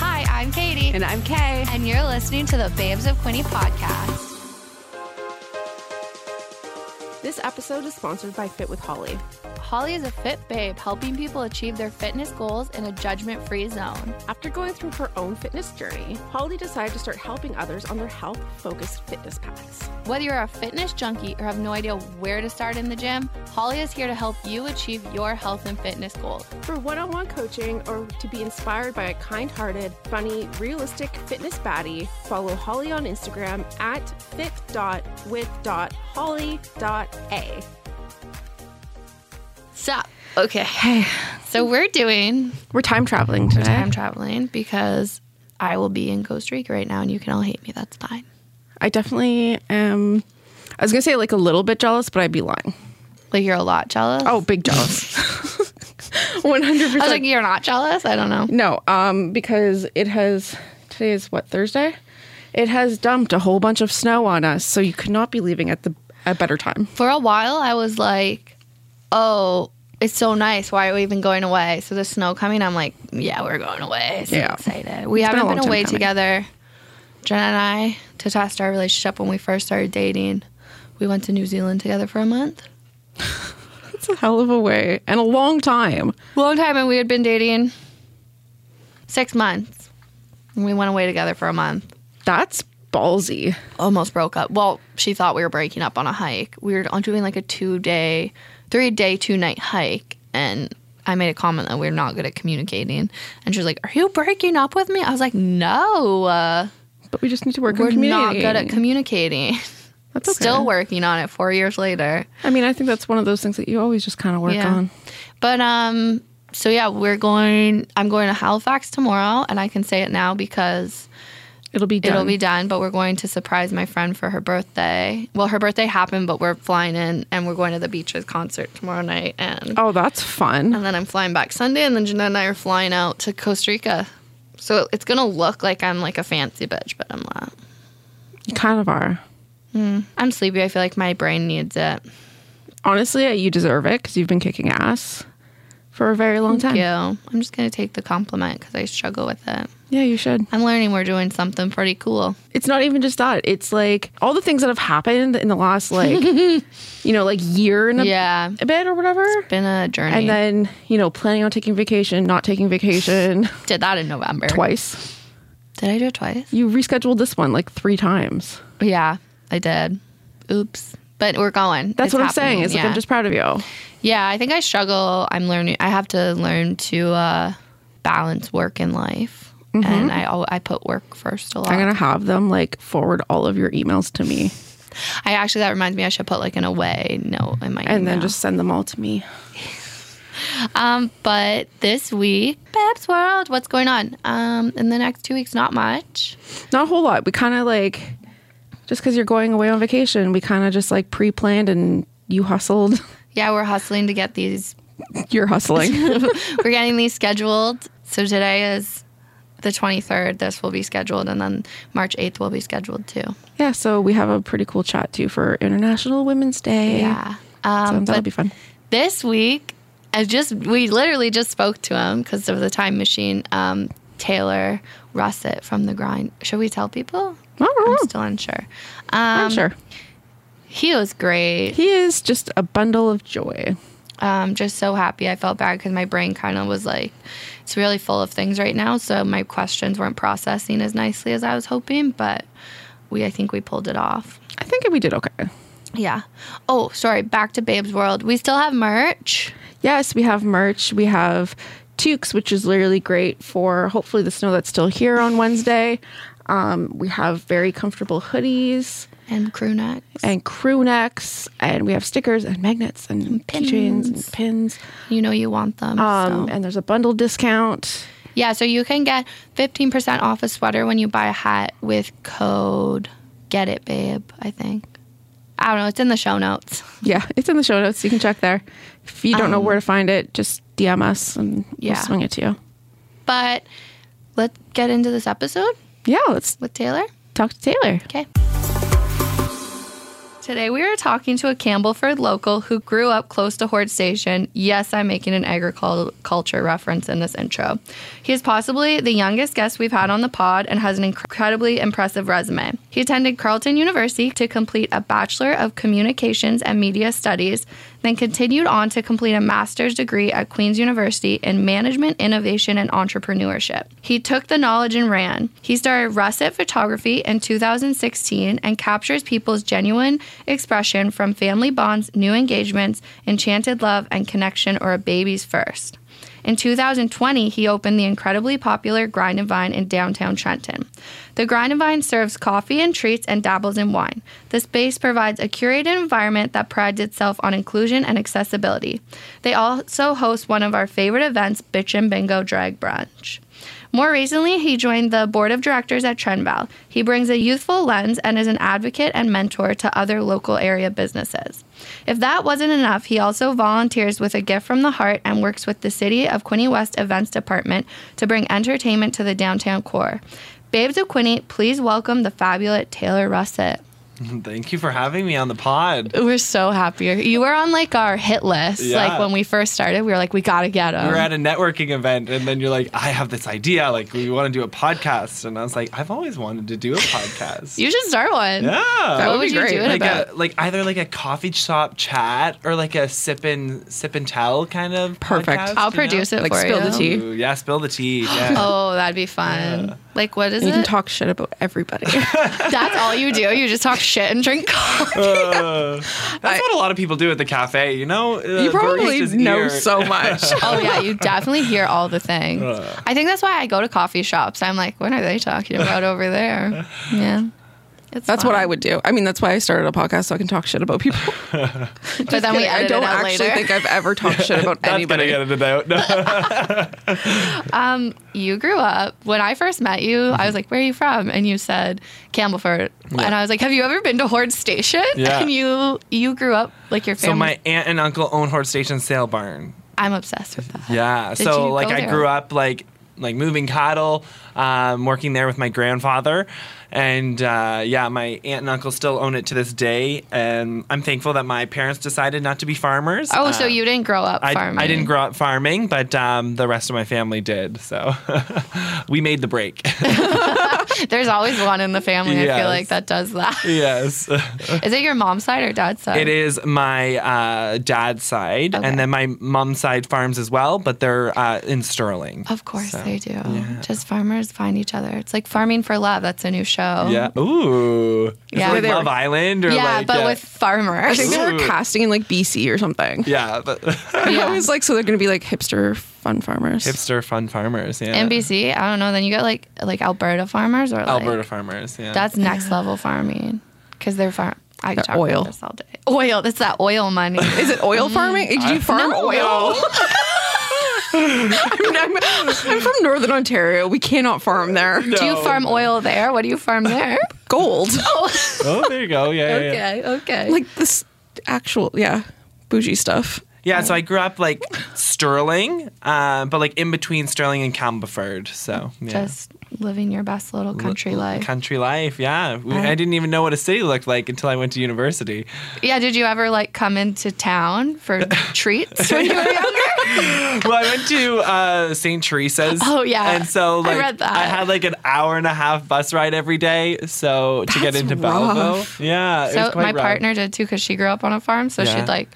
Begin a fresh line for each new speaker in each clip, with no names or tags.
I'm Katie.
And I'm Kay.
And you're listening to the Babes of Quinny podcast.
This episode is sponsored by Fit with Holly.
Holly is a fit babe, helping people achieve their fitness goals in a judgment free zone.
After going through her own fitness journey, Holly decided to start helping others on their health focused fitness paths.
Whether you're a fitness junkie or have no idea where to start in the gym, Holly is here to help you achieve your health and fitness goals.
For one on one coaching or to be inspired by a kind hearted, funny, realistic fitness baddie, follow Holly on Instagram at fit.with.holly.a.
Stop. Okay. So we're doing
We're time traveling today.
time traveling because I will be in Costa Rica right now and you can all hate me. That's fine.
I definitely am. I was gonna say like a little bit jealous, but I'd be lying.
Like you're a lot jealous.
Oh, big jealous. One hundred
I was like,
percent.
you're not jealous? I don't know.
No, um, because it has today is what Thursday. It has dumped a whole bunch of snow on us, so you could not be leaving at the a better time.
for a while I was like, oh, it's so nice. Why are we even going away? So the snow coming, I'm like, yeah, we're going away. So
Yeah.
excited. We
It's been a
haven't
long
been,
time
away
coming.
together, Jenna and I, to test our relationship when we first started dating. We went to New Zealand together for a month.
It's a hell of a way and a long time.
Long time, and we had been dating six months. And we went away together for a month.
That's ballsy.
almost broke up. Well, she thought we were breaking up on a hike. We were on doing like a two day, three day, two night hike, and I made a comment that we're not good at communicating. And she was like, "Are you breaking up with me?" I was like, "No, uh,
But we just need to work
we're
on
not
communicating.
good at communicating."
That's okay.
Still working on it four years later.
I mean, I think that's one of those things that you always just kind of work
Yeah.
on.
But um so yeah, we're going I'm going to Halifax tomorrow and I can say it now because
It'll be done.
It'll be done, but we're going to surprise my friend for her birthday. Well, her birthday happened, but we're flying in and we're going to the beaches concert tomorrow night. And,
oh, that's fun.
and then I'm flying back Sunday, and then Jeanette and I are flying out to Costa Rica. So it's going to look like I'm like a fancy bitch, but I'm not.
You kind of are.
I'm sleepy. I feel like my brain needs it.
Honestly, you deserve it because you've been kicking ass for a very long time.
Thank you. I'm just going to take the compliment because I struggle with it.
Yeah, you should.
I'm learning we're doing something pretty cool.
It's not even just that. It's like all the things that have happened in the last like you know, like year and a,
Yeah.
a bit or whatever.
Been a journey.
And then, you know, planning on taking vacation, not taking vacation
Did that in November.
twice.
Did I do it twice?
You rescheduled this one like three times.
Yeah, I did. Oops. But we're going.
That's
It's
what I'm
happening,
saying. Is like
yeah.
I'm just proud of you.
Yeah, I think I struggle. I'm learning. I have to learn to uh, balance work and life, and I al- I put work first a lot.
I'm Mm-hmm. gonna have them like forward all of your emails to me
I actually that reminds me I should put like an away note in my
and
email.
then just send them all to me.
um. But this week, Babs World, what's going on? Um, in the next two weeks, not much.
Not a whole lot. We kinda like just because you're going away on vacation, we kinda just like pre planned and you hustled.
Yeah, we're hustling to get these.
You're hustling.
We're getting these scheduled. So today is the 23rd. This will be scheduled, and then March 8th will be scheduled too.
Yeah, so we have a pretty cool chat too for International Women's Day.
Yeah.
So
Um,
that'll
but
be fun.
this week, I just we literally just spoke to him because of the time machine. Um, Taylor Russet from the grind. Should we tell people?
Oh, I don't know.
I'm still unsure.
I'm
Um,
sure.
He was great.
He is just a bundle of joy.
Um, just so happy. I felt bad because my brain kind of was like, it's really full of things right now. So my questions weren't processing as nicely as I was hoping, but we I think we pulled it off.
I think we did okay.
Yeah. Oh, sorry. Back to Babe's World. We still have merch.
Yes, we have merch. We have Tukes, which is literally great for hopefully the snow that's still here on Wednesday. Um, we have very comfortable hoodies
And crew neck.
and crew necks, and we have stickers and magnets and, keychains and pins.
You know you want them.
Um,
so.
And there's a bundle discount.
Yeah, so you can get 15% off a sweater when you buy a hat with code Get It Babe, I think. I don't know, it's in the show notes.
Yeah, it's in the show notes. You can check there. If you don't know where to find it, just DM us and
Yeah.
we'll swing it to you.
But let's get into this episode
Yeah, let's
with Taylor.
talk to Taylor.
Okay. Today we are talking to a Campbellford local who grew up close to Horde Station. Yes, I'm making an agriculture reference in this intro. He is possibly the youngest guest we've had on the pod and has an incredibly impressive resume. He attended Carleton University to complete a Bachelor of Communications and Media Studies, then continued on to complete a master's degree at Queen's University in Management, Innovation, and Entrepreneurship. He took the knowledge and ran. He started Russet Photography in 2016 and captures people's genuine expression from family bonds, new engagements, enchanted love, and connection, or a baby's first. In 2020, he opened the incredibly popular Grind and Vine in downtown Trenton. The Grind and Vine serves coffee and treats and dabbles in wine. The space provides a curated environment that prides itself on inclusion and accessibility. They also host one of our favorite events, Bitch and Bingo Drag Brunch. More recently, he joined the board of directors at Trenval. He brings a youthful lens and is an advocate and mentor to other local area businesses. If that wasn't enough, he also volunteers with a gift from the heart and works with the City of Quinny West Events Department to bring entertainment to the downtown core. Babes of Quinny, please welcome the fabulous Taylor Russet.
Thank you for having me on the pod.
We're so happy. You were on like our hit list.
Yeah.
Like when we first started, we were like, we gotta get him.
We were at a networking event, and then you're like, I have this idea. Like, we want to do a podcast. And I was like, I've always wanted to do a podcast.
you should start one.
yeah.
What
would
would
be
you
great.
do it
like uh,
about?
a like either like a coffee shop chat or like a sip and sip and tell kind of
Perfect.
podcast,
I'll
you know?
produce it
Like,
for
spill
you.
the tea.
Ooh, yeah spill the tea yeah.
Oh, that'd be fun. Like, what is
And you can
it?
talk shit about everybody.
That's all you do. You just talk shit and drink coffee.
Uh, that's what a lot of people do at the cafe you know Uh,
you probably
baristas
know
ear-
so much.
oh yeah, you definitely hear all the things.
Uh.
I think that's why I go to coffee shops. I'm like, what are they talking about over there? Yeah. It's
That's what
fun.
I would do. I mean, that's why I started a podcast so I can talk shit about people.
But then we
I
edit
don't
it out
actually
later.
think I've ever talked shit about
that's gonna
anybody.
get edited out no.
you grew up. When I first met you, I was like, "Where are you from?" And you said Campbellford, and I was like, "Have you ever been to Horde Station?"
Yeah.
And you you grew up like your family.
so my aunt and uncle own horse station sale barn
I'm obsessed with that.
Yeah.
Did you
so
go
like I
there?
grew up like like moving cattle, um, working there with my grandfather, and uh, yeah, my aunt and uncle still own it to this day, and I'm thankful that my parents decided not to be farmers.
Oh,
Uh,
so you didn't grow up
I,
farming?
I didn't grow up farming, but um, the rest of my family did. So we made the break.
There's always one in the family. I
Yes.
feel like that does that.
yes.
Is it your mom's side or dad's side?
It is my uh, dad's side,
Okay.
and then my mom's side farms as well, but they're uh, in Sterling.
Of course
So,
they do. Just farmers find each other. It's like Farming for Love. That's a new show.
Yeah. Ooh. Is
Oh.
it
Yeah.
like
They
were-
Love Island or
Yeah,
like
but
uh,
with farmers.
I think they were
Ooh.
casting in like BC or something.
yeah, but
Yeah.
I was like, so they're going to be like hipster fun farmers.
hipster fun farmers. Yeah.
NBC. I don't know. Then you got like like Alberta farmers or like,
Alberta farmers. Yeah.
That's next level farming because they're farm. I could
The
talk
oil.
about this all day. Oil. That's that oil money.
Is it oil
Mm.
farming? Did you farm
No.
oil? I mean, I'm, I'm from Northern Ontario. We cannot farm there.
Do you farm oil there? What do you farm there?
Gold.
oh,
Oh, there you go. Yeah. yeah, Yeah.
okay, okay.
Like this actual, yeah, bougie stuff.
Yeah. So I grew up like Sterling, uh, but like in between Sterling and Camberford. So yeah.
just living your best little country
L-
life.
Country life, yeah. We- I didn't even know what a city looked like until I went to university.
yeah. Did you ever like come into town for treats when you were younger?
well, I went to uh, St. Teresa's.
Oh, yeah.
and so
I
like
read that.
I had like an hour and a half bus ride every day, so to get
That's
into
rough.
Belleville. Yeah, it
So
was quite
my
rough.
partner did too because she grew up on a farm. So
Yeah.
she'd like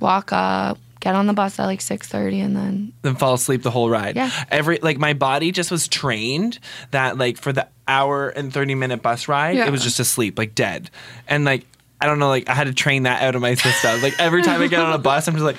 walk up, get on the bus at like six thirty, and then
then fall asleep the whole ride.
Yeah.
Every like my body just was trained that like for the hour and 30 minute bus ride,
Yeah.
it was just asleep, like dead. And like I don't know, like I had to train that out of my system. like every time I get on a bus, I'm just like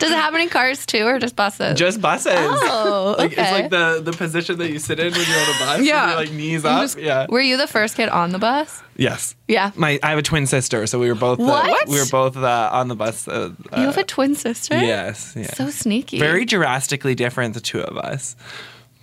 does it happen in cars too or just buses?
just buses.
oh, okay.
Like it's like the the position that you sit in when you're on a bus.
Yeah.
With your, like knees
You
up.
just-
yeah.
were you the first kid on the bus?
Yes.
Yeah.
My I have a twin sister, so we were both uh,
What?
we were both uh, on the bus. Uh,
you
uh,
have a twin sister?
yes. Yeah.
So sneaky.
very drastically different, the two of us.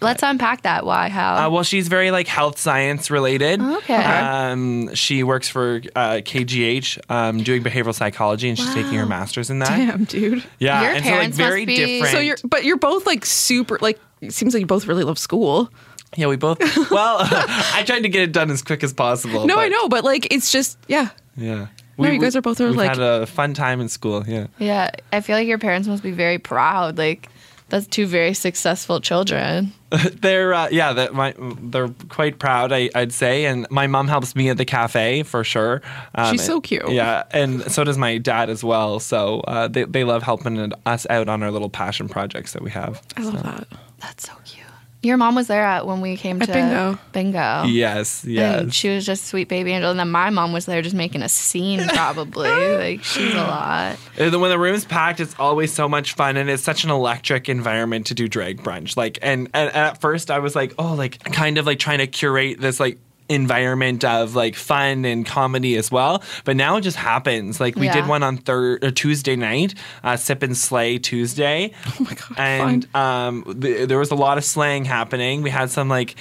Let's unpack that. Why? How?
Uh, well, she's very like health science related.
Okay.
Um, she works for uh, KGH, um, doing behavioral psychology, and she's taking her master's in that.
Damn, dude.
Yeah,
Your
and so like
parents must
very
be-
different.
So you're, but you're both like super, like, it seems like you both really love school.
Yeah, we both. Well, I tried to get it done as quick as possible.
No, I
but-
know, but like it's just yeah.
Yeah.
No, you guys are both are
we've
like-
had a fun time in school. Yeah.
Yeah, I feel like your parents must be very proud. Like, that's two very successful children.
they're uh, yeah, that my they're quite proud. I, I'd say, and my mom helps me at the cafe for sure. Um,
She's so cute.
Yeah, and so does my dad as well. So uh, they they love helping it- us out on our little passion projects that we have.
I love that.
That's so cute. Your mom was there at when we came
At
to
bingo.
Bingo.
Oh.
Yes,
And
yes.
she was just a sweet baby angel, and then my mom was there just making a scene. Probably like she's a lot.
And then Uh, when the room's packed, it's always so much fun, and it's such an electric environment to do drag brunch. Like, and, and at first I was like, oh, like kind of like trying to curate this like environment of like fun and comedy as well. But now it just happens. Like we did
Yeah.
one on thir- uh, Tuesday night, uh, Sip and Slay Tuesday. Oh
my God,
And um, th- there was a lot of slang happening. We had some like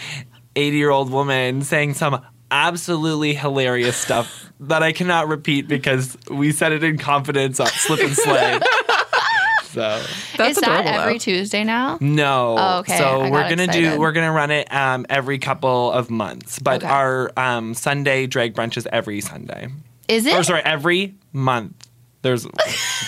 eighty-year-old woman saying some absolutely hilarious stuff that I cannot repeat because we said it in confidence on Slip and Slay. so.
That's
Is that
adorable.
every
though.
Tuesday now?
No.
Oh, okay.
So
I
we're
got
gonna
excited.
do we're gonna run it um, every couple of months, but
Okay.
our um, Sunday drag brunch is every Sunday.
Is it?
Or sorry, every month. There's,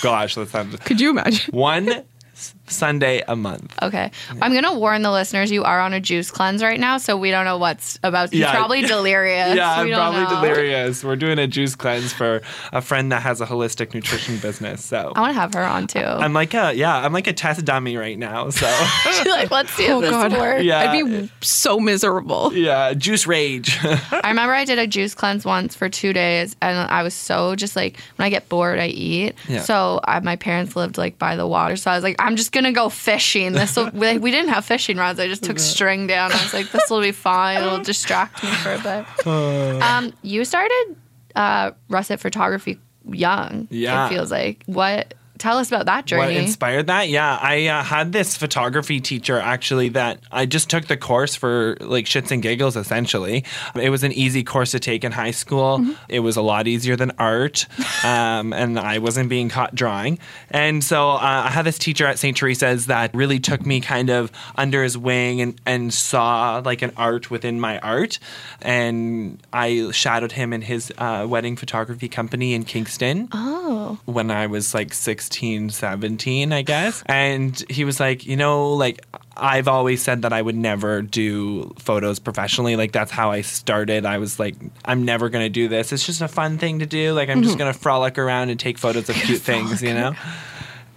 gosh, that sounds
Could you imagine?
one s- Sunday a month.
Okay. I'm going to warn the listeners you are on a juice cleanse right now, so we don't know what's about. You're
Yeah.
probably delirious.
yeah,
we
I'm
don't
probably
know.
delirious. We're doing a juice cleanse for a friend that has a holistic nutrition business. So
I want to have her on too.
I'm like a yeah, I'm like a test dummy right now. So
She's like, let's see if
Oh
this
God.
works.
Yeah.
I'd be so miserable.
yeah, juice rage.
I remember I did a juice cleanse once for two days, and I was so just like, when I get bored, I eat.
Yeah.
So I, my parents lived like by the water, so I was like, I'm just gonna go fishing. This will, like, we didn't have fishing rods. I just took string down. I was like, this will be fine. It'll distract me for a bit.
Uh.
Um, you started uh, russet photography young.
Yeah.
it feels like what. Tell us about that
What
journey.
inspired that? Yeah, I uh, had this photography teacher actually that I just took the course for like shits and giggles essentially. It was an easy course to take in high school. It was a lot easier than art, um, and I wasn't being caught drawing. And so uh, I had this teacher at St. Teresa's that really took me kind of under his wing and, and saw like an art within my art. And I shadowed him in his uh, wedding photography company in Kingston
oh,
when I was like 16, 17, I guess. And he was like, you know, like I've always said that I would never do photos professionally. Like that's how I started. I was like, I'm never going to do this. It's just a fun thing to do. Like I'm just going to frolic around and take photos of cute things, you know?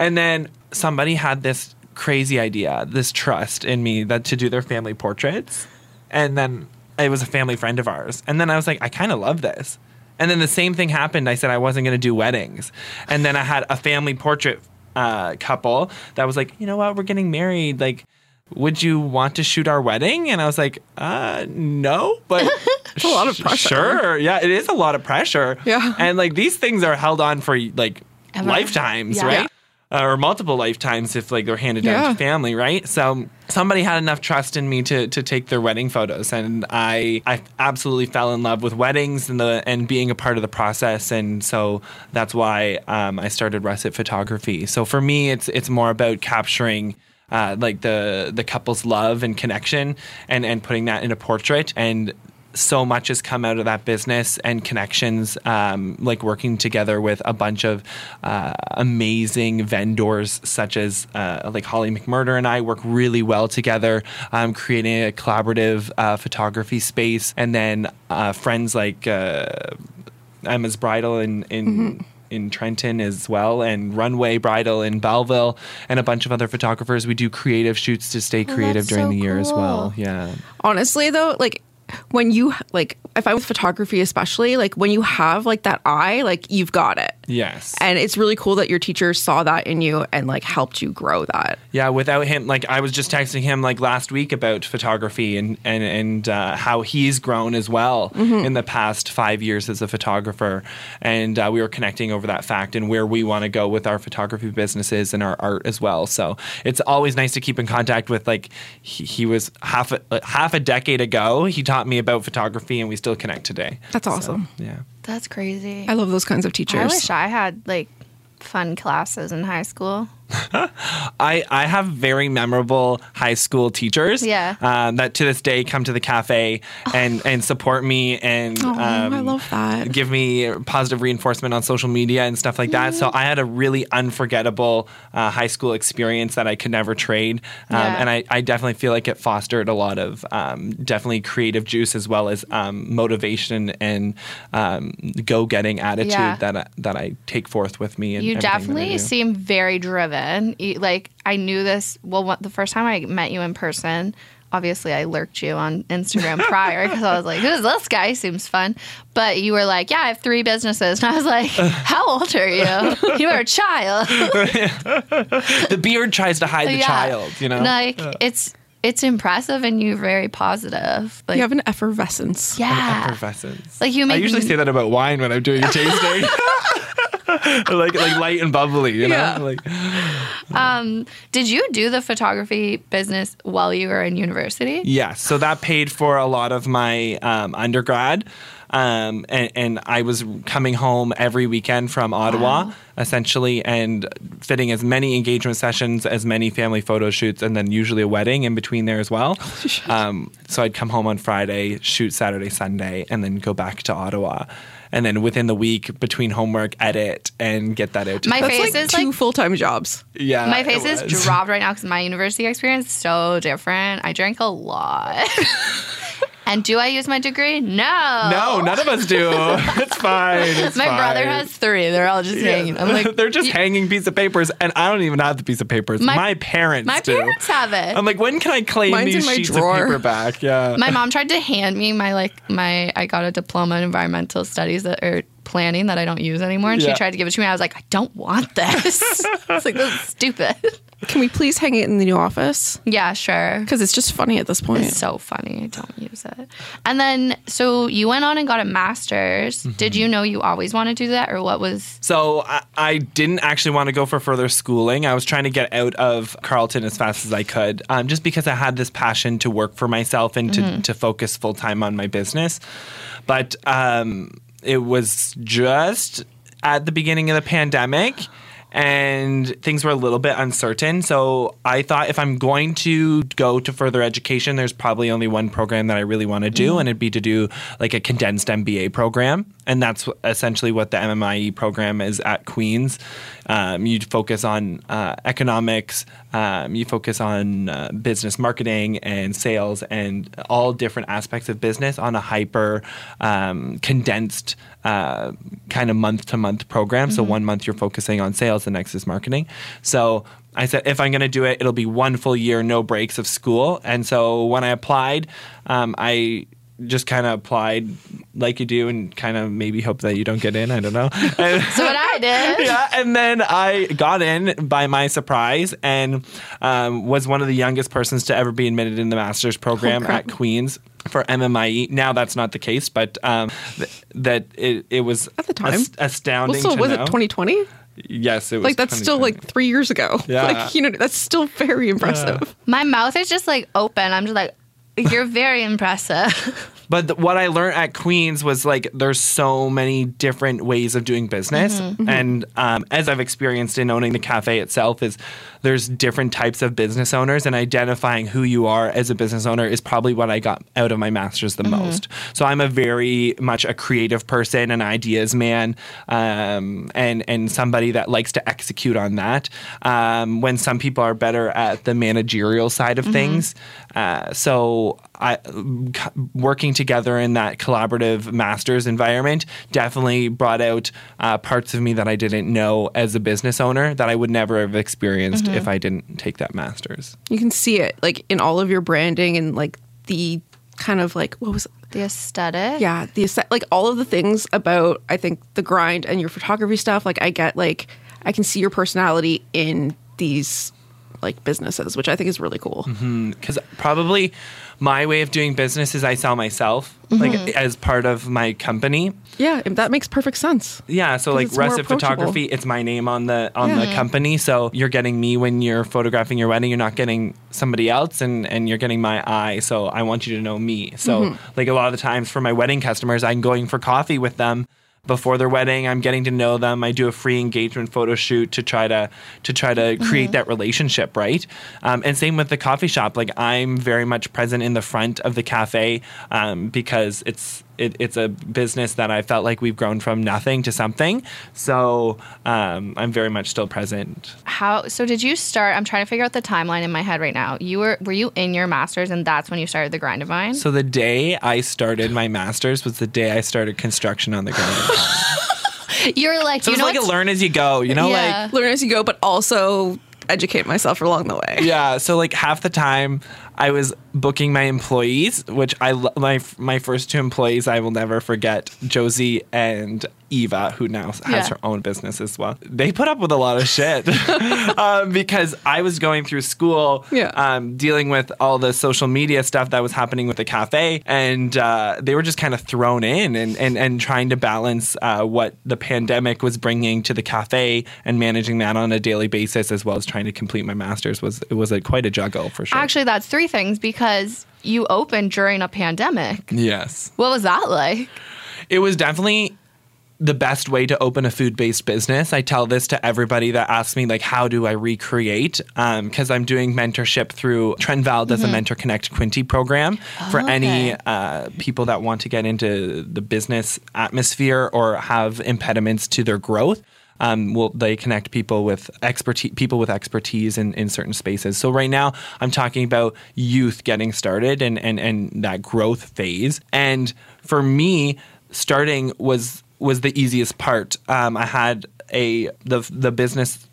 And then somebody had this crazy idea, this trust in me that to do their family portraits. And then it was a family friend of ours. And then I was like, I kind of love this. And then the same thing happened. I said I wasn't going to do weddings. And then I had a family portrait uh, couple that was like, you know what? We're getting married. Like, would you want to shoot our wedding? And I was like, uh, no, but it's
a lot of pressure.
Sure. Yeah, it is a lot of pressure.
Yeah.
And like these things are held on for like
Ever.
lifetimes,
Yeah.
right? Uh, or multiple lifetimes if like they're handed down
Yeah.
to family, right? So somebody had enough trust in me to to take their wedding photos, and I I absolutely fell in love with weddings and the and being a part of the process, and so that's why um, I started Russet Photography. So for me, it's it's more about capturing. Uh, like the the couple's love and connection, and and putting that in a portrait, and so much has come out of that business and connections, um, like working together with a bunch of uh, amazing vendors, such as uh, like Holly McMurder and I work really well together, um, creating a collaborative uh, photography space. And then uh, friends like uh, Emma's Bridal in in
Mm-hmm.
in Trenton as well, and Runway Bridal in Belleville, and a bunch of other photographers. We do creative shoots to stay creative
Oh, that's
during
so
the year as well.
cool.
Yeah.
honestly though like when you like if i'm with photography especially like when you have like that eye like you've got it
Yes.
and it's really cool that your teacher saw that in you and like helped you grow that
Yeah, without him, like I was just texting him like last week about photography and and and uh, how he's grown as well
Mm-hmm.
in the past five years as a photographer, and uh, we were connecting over that fact and where we want to go with our photography businesses and our art as well. So it's always nice to keep in contact with like he, he was half a, like, half a decade ago. He taught me about photography, and we still connect today.
that's awesome
Yeah.
that's crazy.
i love those kinds of teachers
I wish I had like fun classes in high school.
I, I have very memorable high school teachers
Yeah.
uh, that to this day come to the cafe and, and support me and
Oh,
um,
I love that.
give me positive reinforcement on social media and stuff like that. So I had a really unforgettable uh, high school experience that I could never trade. Um,
Yeah.
And I, I definitely feel like it fostered a lot of um, definitely creative juice as well as um, motivation and um, go getting attitude
Yeah.
that, I, that I take forth with me. And
You
everything that I
definitely
do.
seem very driven. You- Like I knew this. Well, what, the first time I met you in person, obviously I lurked you on Instagram prior because I was like, "Who's this guy? Seems fun." But you were like, "Yeah, I have three businesses," and I was like, "How old are you? you are a child."
the beard tries to hide the
Yeah.
child, you know?
Like it's it's impressive, and you're very positive. Like
you have an effervescence.
yeah,
Effervescence.
like you
I
make
usually say that about wine when I'm doing a tasting. like like light and bubbly, you know?
Yeah.
Like
um, Did you do the photography business while you were in university?
Yeah, so that paid for a lot of my um, undergrad. Um, and, and I was coming home every weekend from Ottawa, essentially, and fitting as many engagement sessions, as many family photo shoots, and then usually a wedding in between there as well. um, so I'd come home on Friday, shoot Saturday, Sunday, and then go back to Ottawa. And then within the week, between homework, edit, and get that out. To
My
people.
That's
face
like
is
two
like-
full time jobs.
yeah,
My
Uh, it
face is
was.
dropped right now because my university experience is so different. I drank a lot. and do I use my degree? No.
No, none of us do. it's fine. It's
My brother
fine.
has three. They're all just hanging. I'm like,
they're just hanging piece of papers, and I don't even have the piece of papers. My,
My-
parents
my
do.
parents have it.
I'm like, when can I claim
Mine's
these
in my
sheets
drawer.
of paper back? Yeah.
my mom tried to hand me my like my I got a diploma in environmental studies that or planning that I don't use anymore, and
Yeah.
she tried to give it to me. I was like, I don't want this. it's like this is stupid.
Can we please hang it in the new office?
yeah, sure.
Because it's just funny at this point.
It's so funny. I don't use it. And then, so you went on and got a master's.
Mm-hmm.
Did you know you always wanted to do that, or what was?
So I, I didn't actually want to go for further schooling. I was trying to get out of Carleton as fast as I could, um, just because I had this passion to work for myself and to,
Mm-hmm.
to focus full time on my business. But um, it was just at the beginning of the pandemic. And things were a little bit uncertain. So I thought if I'm going to go to further education, there's probably only one program that I really want to do, and it'd be to do like a condensed MBA program. And that's wh- essentially what the MMIE E program is at Queen's. Um, you focus on uh, economics, um, you focus on uh, business marketing and sales and all different aspects of business on a hyper um, condensed uh, kind of month to month program. So one month you're focusing on sales, the next is marketing. So I said, if I'm going to do it, it'll be one full year, no breaks of school. And so when I applied, um, I just kind of applied like you do and kind of maybe hope that you don't get in. I don't know. And-
So what I did.
yeah, and then I got in by my surprise and um, was one of the youngest persons to ever be admitted in the master's program at Queens for MMIE. E. Now that's not the case, but um, th- that it, it was
At the time.
ast- astounding.
Well, still,
to
was
know.
it 2020?
Yes, it was.
Like, that's still
2020.
like three years ago.
Yeah.
Like, you know, that's still very impressive.
My mouth is just like open. I'm just like, you're very impressive.
But th- what I learned at Queens was like there's so many different ways of doing business, and um, as I've experienced in owning the cafe itself, is there's different types of business owners, and identifying who you are as a business owner is probably what I got out of my master's the most. So I'm a very much a creative person, an ideas man, um, and and somebody that likes to execute on that. Um, when some people are better at the managerial side of things, uh, so I c- working together in that collaborative master's environment definitely brought out uh, parts of me that I didn't know as a business owner that I would never have experienced if I didn't take that master's.
You can see it, like, in all of your branding and, like, the kind of like, what was it?
the aesthetic.
Yeah, the aesthetic, like all of the things about I think the grind and your photography stuff. Like I get like I can see your personality in these like businesses, which I think is really cool.
because probably my way of doing business is I sell myself like as part of my company.
Yeah, and that makes perfect sense.
Yeah, so like
it's more
Russet
approachable.
Photography, it's my name on the on the
Yeah.
company. So you're getting me when you're photographing your wedding. You're not getting somebody else, and and you're getting my eye. So
Mm-hmm.
I want you to know me. So like a lot of the times for my wedding customers, I'm going for coffee with them. before their wedding. I'm getting to know them. I do a free engagement photo shoot to try to to try to
Mm-hmm.
create that relationship, right? Um, and same with the coffee shop. Like I'm very much present in the front of the cafe um, because it's it, it's a business that I felt like we've grown from nothing to something. So um, I'm very much still present.
How so did you start I'm trying to figure out the timeline in my head right now. You were were you in your masters and that's when you started the grind of mine?
So the day I started my master's was the day I started construction on the ground.
You're like
So
you
it's
know
like a
what's-
learn as you go, you know,
Yeah.
like
Learn as you go, but also educate myself along the way.
yeah. So like half the time I was booking my employees, which I lo- my my first two employees I will never forget, Josie and Eva, who now has
Yeah.
her own business as well. They put up with a lot of shit um, because I was going through school,
Yeah.
um, dealing with all the social media stuff that was happening with the cafe, and uh, they were just kind of thrown in and and, and trying to balance uh, what the pandemic was bringing to the cafe and managing that on a daily basis, as well as trying to complete my master's was it was a, quite a juggle for sure.
Actually that's three things because you opened during a
Mm.
pandemic.
yes,
What was that like?
it was definitely the best way to open a food-based business i tell this to everybody that asks me like how do i recreate because i'm doing mentorship through trendval does a mentor connect quinty program for any
okay.
uh, people that want to get into the business atmosphere or have impediments to their growth um, will they connect people with expertise people with expertise in, in certain spaces so right now i'm talking about youth getting started and, and, and that growth phase and for me starting was was the easiest part um, i had a the, the business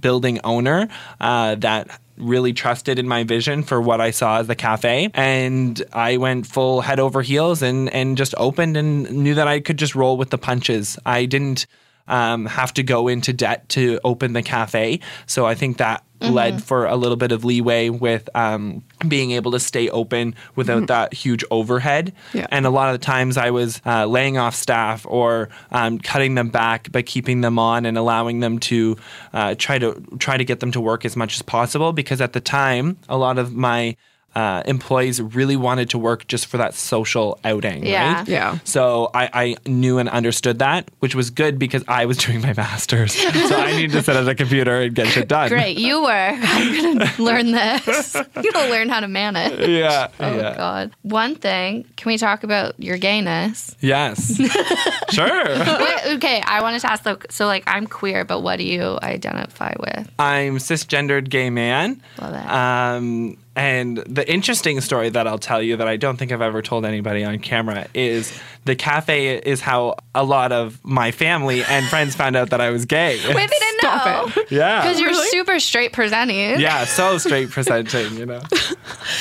building owner uh, that really trusted in my vision for what I saw as the cafe. And I went full head over heels and, and just opened and knew that I could just roll with the punches. I didn't um, have to go into debt to open the cafe. So I think that led for a little bit of leeway with um, being able to stay open without that huge overhead.
Yeah.
And a lot of the times I was uh, laying off staff or um, cutting them back, but keeping them on and allowing them to uh, try to try to get them to work as much as possible. Because at the time, a lot of my uh, employees really wanted to work just for that social outing,
Yeah.
right?
Yeah.
So I, I knew and understood that, which was good because I was doing my master's. so I needed to sit at a computer and get shit done.
Great, you were. I'm gonna learn this. You gonna learn how to manage.
Yeah.
Oh
yeah.
God! One thing, can we talk about your gayness?
Yes. sure.
Wait, okay, I wanted to ask though. So, like, I'm queer, but what do you identify with?
I'm cisgendered gay man.
Love it.
Um, and the interesting story that I'll tell you that I don't think I've ever told anybody on camera is the cafe is how a lot of my family and friends found out that I was gay.
Wait, they didn't
Stop
know.
yeah.
Because you're
Really?
super straight presenting.
yeah, so straight presenting, you know.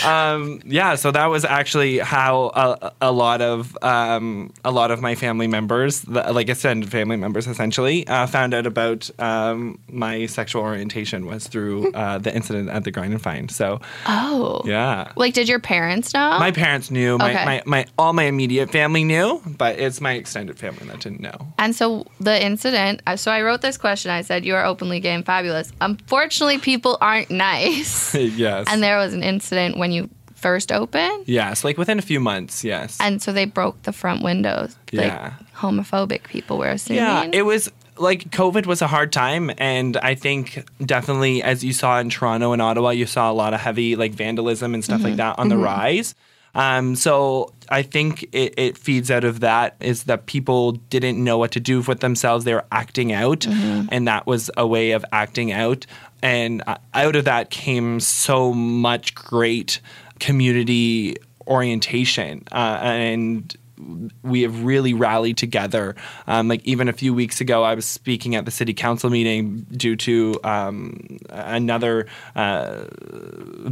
Um, yeah, so that was actually how a, a lot of um, a lot of my family members, the, like extended family members, essentially, uh, found out about um, my sexual orientation was
Hmm.
through uh, the incident at the grind and find. So
Oh.
yeah.
Like, did your parents know?
My parents knew. My,
Okay.
my, my all my immediate family knew, but it's my extended family that didn't know.
and so the incident. uh, So I wrote this question. I said, "You are openly gay and fabulous." Unfortunately, people aren't nice.
yes.
and there was an incident when you first opened.
yes, like within a few months. Yes.
And so they broke the front windows.
Yeah.
Like homophobic people were assuming.
Yeah, it was like COVID was a hard time, and I think definitely as you saw in Toronto and Ottawa, you saw a lot of heavy like vandalism and stuff like that on the rise. Um, so I think it, it feeds out of that is that people didn't know what to do with themselves. They were acting out, and that was a way of acting out. And uh, out of that came so much great community orientation uh, and we have really rallied together. Um, like even a few weeks ago, I was speaking at the city council meeting due to um, another uh,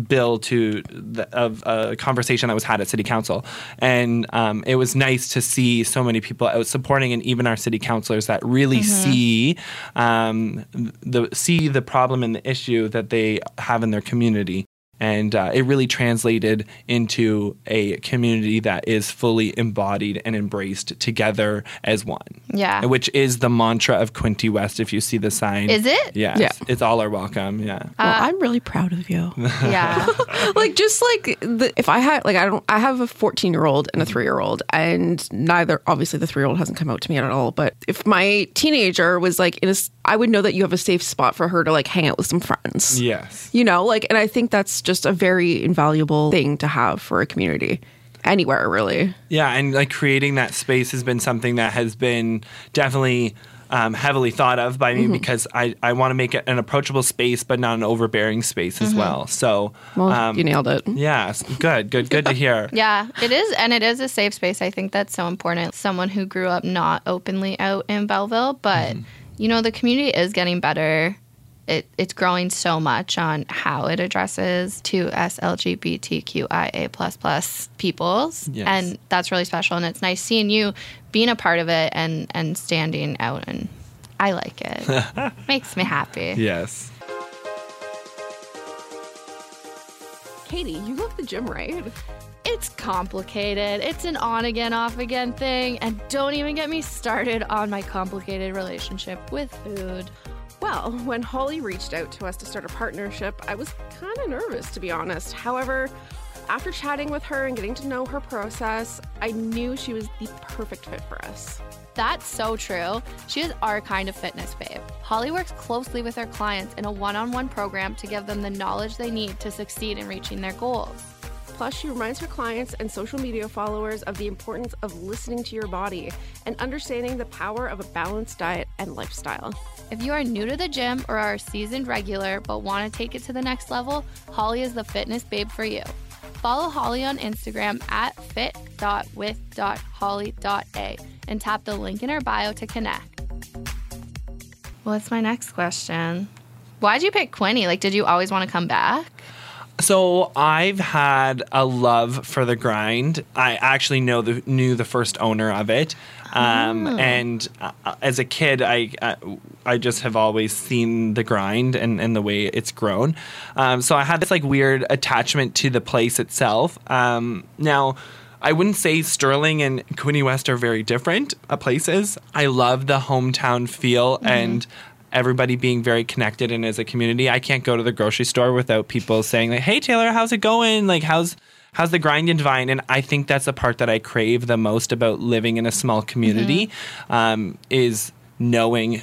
bill to the, of a conversation that was had at city council, and um, it was nice to see so many people out supporting, and even our city councilors that really
Mm-hmm.
see um, the see the problem and the issue that they have in their community And uh, it really translated into a community that is fully embodied and embraced together as one.
Yeah.
Which is the mantra of Quinty West, if you see the sign.
Is it?
Yes.
Yeah.
It's all are welcome. Yeah.
Well, I'm really proud of you.
Yeah.
like just like the, if I had like I don't I have a 14 year old and a three year old and neither obviously the three year old hasn't come out to me at all but if my teenager was like in a s- I would know that you have a safe spot for her to like hang out with some friends
yes.
you know like and I think that's just a very invaluable thing to have for a community anywhere really
Yeah, and like creating that space has been something that has been definitely um, heavily thought of by me
Mm-hmm.
because I, I want to make it an approachable space, but not an overbearing space as well. So,
Mm-hmm. well
um,
you nailed it
yeah, s- good, good, good to hear.
Yeah, it is, and it is a safe space. I think that's so important. Someone who grew up not openly out in Belleville, but you know, the community is getting better. It, it's growing so much on how it addresses to S LGBTQIA plus plus peoples,
Yes.
and that's really special. And it's nice seeing you being a part of it and and standing out. And I like it; makes me happy.
Yes.
Katie you love the gym right
It's complicated. It's an on again, off again thing. And don't even get me started on my complicated relationship with food.
Well, when Holly reached out to us to start a partnership, I was kind of nervous, to be honest. However, after chatting with her and getting to know her process, I knew she was the perfect fit for us.
That's so true. She is our kind of fitness babe. Holly works closely with her clients in a one on one program to give them the knowledge they need to succeed in reaching their goals.
Plus, she reminds her clients and social media followers of the importance of listening to your body and understanding the power of a balanced diet and lifestyle.
If you are new to the gym or are a seasoned regular but want to take it to the next level, Holly is the fitness babe for you. Follow Holly on Instagram at fit.with.holly.a and tap the link in her bio to connect. What's my next question? Why'd you pick Quinny? Like, did you always want to come back?
So I've had a love for the grind. I actually know the knew the first owner of it, um, and uh, as a kid, I uh, I just have always seen the grind and, and the way it's grown. Um, so I had this like weird attachment to the place itself. Um, now. I wouldn't say Sterling and Quinny West are very different uh, places. I love the hometown feel and everybody being very connected and as a community. I can't go to the grocery store without people saying like, "Hey Taylor, how's it going? Like how's how's the grind and vine?" And I think that's the part that I crave the most about living in a small community um, is knowing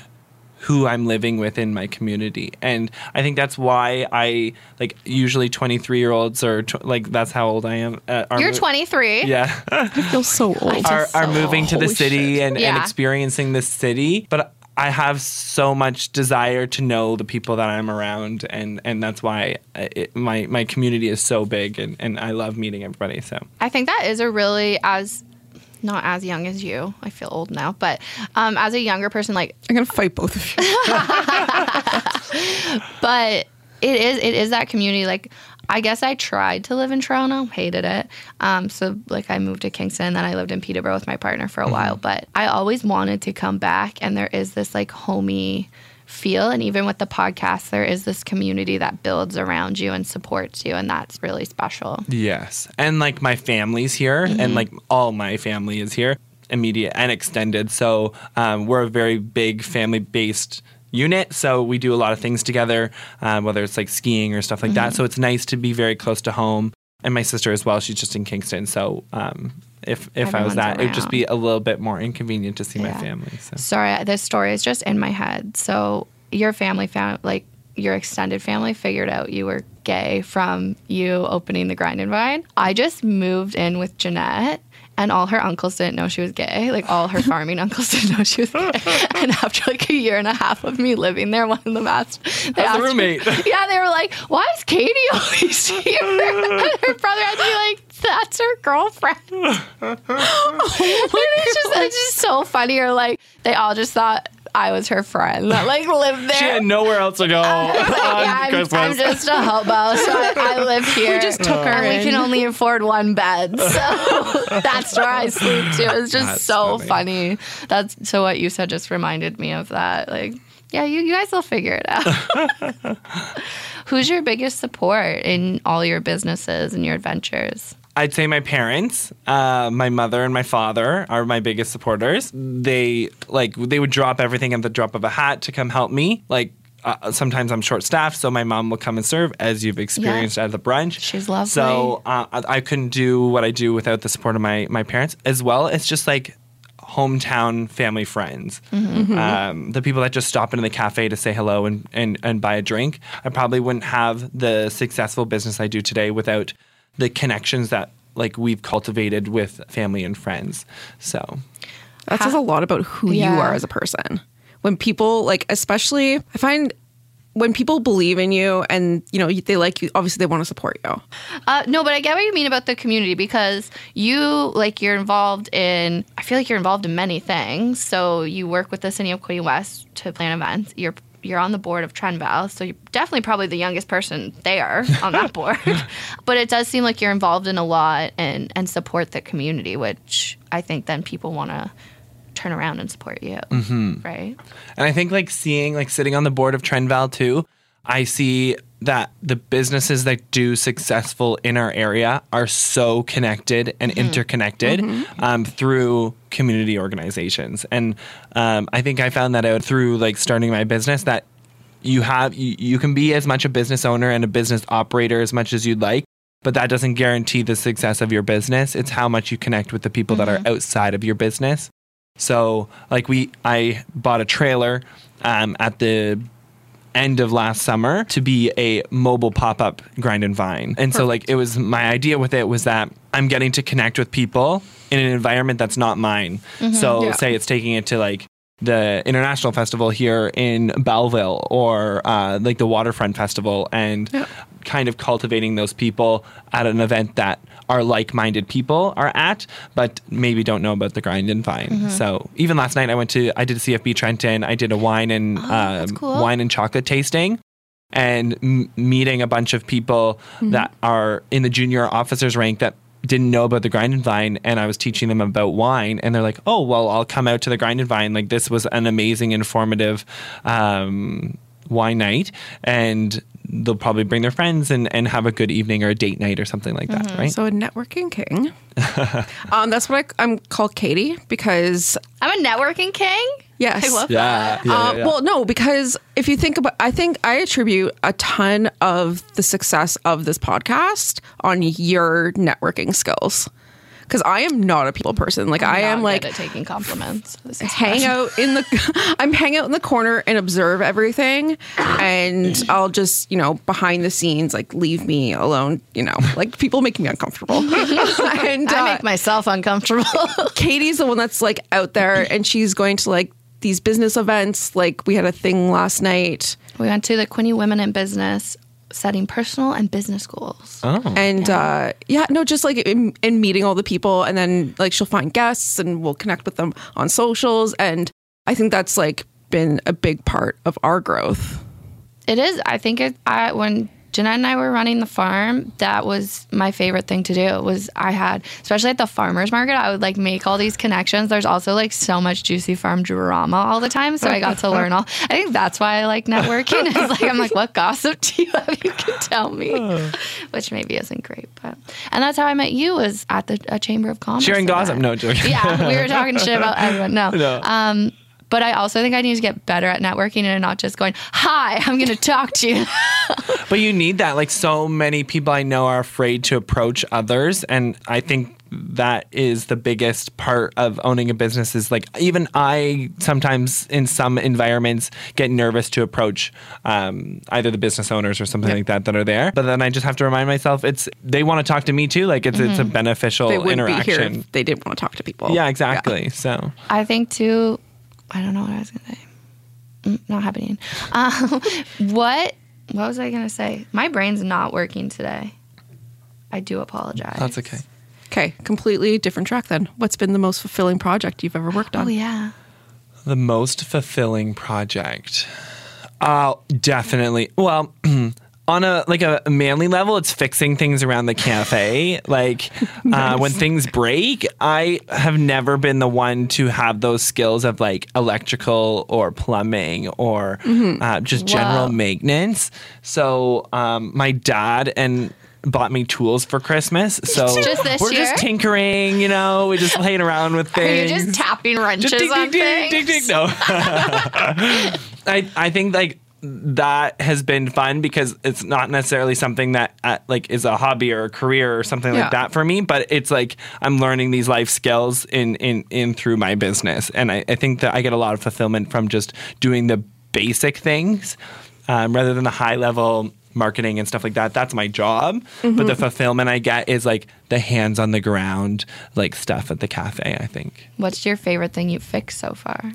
who I'm living with in my community. And I think that's why I like usually 23 year olds or tw- like that's how old I am. Uh, are
You're
mo-
23.
Yeah.
I feel so old.
just
are, are
so
moving to the
Holy
city
shit.
and, and
Yeah.
experiencing the city. But I have so much desire to know the people that I'm around, and, and that's why I- it, my my community is so big, and, and I love meeting everybody. So
I think that is a really, as not as young as you, I feel old now, but um, as a younger person, like
I'm going to fight both of you.
but it is it is that community like i guess i tried to live in toronto hated it um, so like i moved to kingston then i lived in peterborough with my partner
Mm-hmm.
for a while but i always wanted to come back and there is this like homey feel and even with the podcast there is this community that builds around you and supports you and that's really special
Yes. And like my family's here, and like all my family is here, immediate and extended. So um, we're a very big family based unit. So we do a lot of things together, um, whether it's like skiing or stuff like that. So it's nice to be very close to home. And my sister as well, she's just in Kingston. So um, if, if I was
Everyone's
that, it would just
around.
be a little bit more inconvenient to see my
Yeah.
family. So.
sorry this story is just in my head so your family found like your extended family figured out you were gay from you opening the grind and vine i just moved in with jeanette and all her uncles didn't know she was gay. Like all her farming uncles didn't know she was gay. And after like a year and a half of me living there, one of them asked, they
How's the
asked me-
roommate?
yeah, they were like, "Why is Katie always here?" and her brother had to be like, "That's her girlfriend." And it's just it's just so funny. Or like they all just thought I was her friend that like lived there.
She had nowhere else to go on
yeah, I'm,
Christmas.
I'm just a hobo, so I, I live here. We
just took her
and we
in.
can only afford one bed, so that's where I sleep too. It's just
That's
so
funny.
funny. That's so what you said just reminded me of that. Like, yeah, you, you guys will figure it out. Who's your biggest support in all your businesses and your adventures?
I'd say my parents, uh, my mother and my father are my biggest supporters. They like they would drop everything at the drop of a hat to come help me. Like uh, sometimes I'm short staffed, so my mom will come and serve, as you've experienced at the brunch.
She's lovely.
So uh, I- I couldn't do what I do without the support of my my parents, as well as just like hometown family friends,
Mm-hmm.
um, the people that just stop into the cafe to say hello and, and and buy a drink. I probably wouldn't have the successful business I do today without the connections that like we've cultivated with family and friends. So
That says a lot about who
Yeah.
you are as a person. When people like, especially, I find when people believe in you and you know they like you, obviously they want to support you.
Uh, no, but I get what you mean about the community because you like you're involved in. I feel like you're involved in many things. So you work with the city of Queen West to plan events. You're you're on the board of Trenval, so you're definitely probably the youngest person there on that board. but it does seem like you're involved in a lot and and support the community, which I think then people want to turn around and support you, right?
And I think like seeing like sitting on the board of Trendval too, I see that the businesses that do successful in our area are so connected and interconnected um, through community organizations. And um, I think I found that out through like starting my business that you have you, you can be as much a business owner and a business operator as much as you'd like but that doesn't guarantee the success of your business it's how much you connect with the people that are outside of your business so like we i bought a trailer um, at the end of last summer to be a mobile pop-up grind and vine and so like it was my idea with it was that i'm getting to connect with people in an environment that's not mine so
Yeah.
say it's taking it to like the international festival here in Belleville or uh, like the waterfront festival and kind of cultivating those people at an event that our like-minded people are at but maybe don't know about the grind and vine
Mm-hmm.
so even last night i went to i did a cfb trenton i did a wine and um,
Oh, that's cool.
wine and chocolate tasting and m- meeting a bunch of people
Mm-hmm.
that are in the junior officers rank that didn't know about the grind and vine and i was teaching them about wine and they're like oh well i'll come out to the grind and vine like this was an amazing informative um, wine night and they'll probably bring their friends and, and have a good evening or a date night or something like that right
Mm-hmm. So a networking king. um, that's what I, I'm called Katie because
I'm a networking king.
yes,
I love
yeah, yeah,
Uh, Well, no, because if you think about, I think I attribute a ton of the success of this podcast on your networking skills. Because I am not a people person. Like I am
Not
like
good at taking compliments. This is
hang out in the I'm hang out in the corner and observe everything and I'll just, you know, behind the scenes like leave me alone, you know. Like people make me uncomfortable. and
I
uh,
make myself uncomfortable.
Katie's the one that's like out there and she's going to like these business events. Like we had a thing last night
We went to the Quinny Women in Business, setting personal and business goals.
and uh yeah, no just like in, in meeting all the people and then like she'll find guests and we'll connect with them on socials and I think that's like been a big part of our growth.
It is. I think it. I when Jenna and I were running the farm, that was my favorite thing to do. Was I had especially at the farmers market, I would like make all these connections. There's also like so much juicy farm drama all the time, so I got to learn all. I think that's why I like networking. It's like I'm like, what gossip do you have? You can tell me, which maybe isn't great, but and that's how I met you was at the a chamber of commerce.
sharing
event.
gossip no joke
yeah, we were talking shit about everyone. No.
No.
Um, but I also think I need to get better at networking and not just going, hi, I'm going to talk to you.
But you need that. Like so many people I know are afraid to approach others, and I think that is the biggest part of owning a business. Is like even I sometimes in some environments get nervous to approach um, either the business owners or something like that that are there. But then I just have to remind myself it's they want to talk to me too. Like it's it's a beneficial
Mm-hmm. they wouldn't be here
interaction.
if they didn't want to talk to people.
yeah, exactly. So
I think, too, I don't know what I was going to say. Mm, Not happening. Um, what, what was I going to say? My brain's not working today. I do apologize.
that's okay.
Okay, completely different track then. What's been the most fulfilling project you've ever worked on?
Oh, yeah.
The most fulfilling project. Uh, definitely. Well, on a like a manly level, it's fixing things around the cafe. Like uh, when things break, I have never been the one to have those skills of like electrical or plumbing or uh, just general
Mm-hmm. Wow.
maintenance. So um, my dad and bought me tools for Christmas. So
Just this
we're
year?
just tinkering, you know, we're just playing around with
Are
things.
you just tapping wrenches
Just ding,
on
ding, ding,
things?
ding, ding. No. I, I think like that has been fun because it's not necessarily something that uh, like is a hobby or a career or something
Yeah.
like that for me, but it's like I'm learning these life skills in in in through my business, and I, I think that I get a lot of fulfillment from just doing the basic things um, rather than the high level marketing and stuff like that. That's my job, but the fulfillment I get is like the hands on the ground like stuff at the cafe. I think.
What's your favorite thing you fixed so far?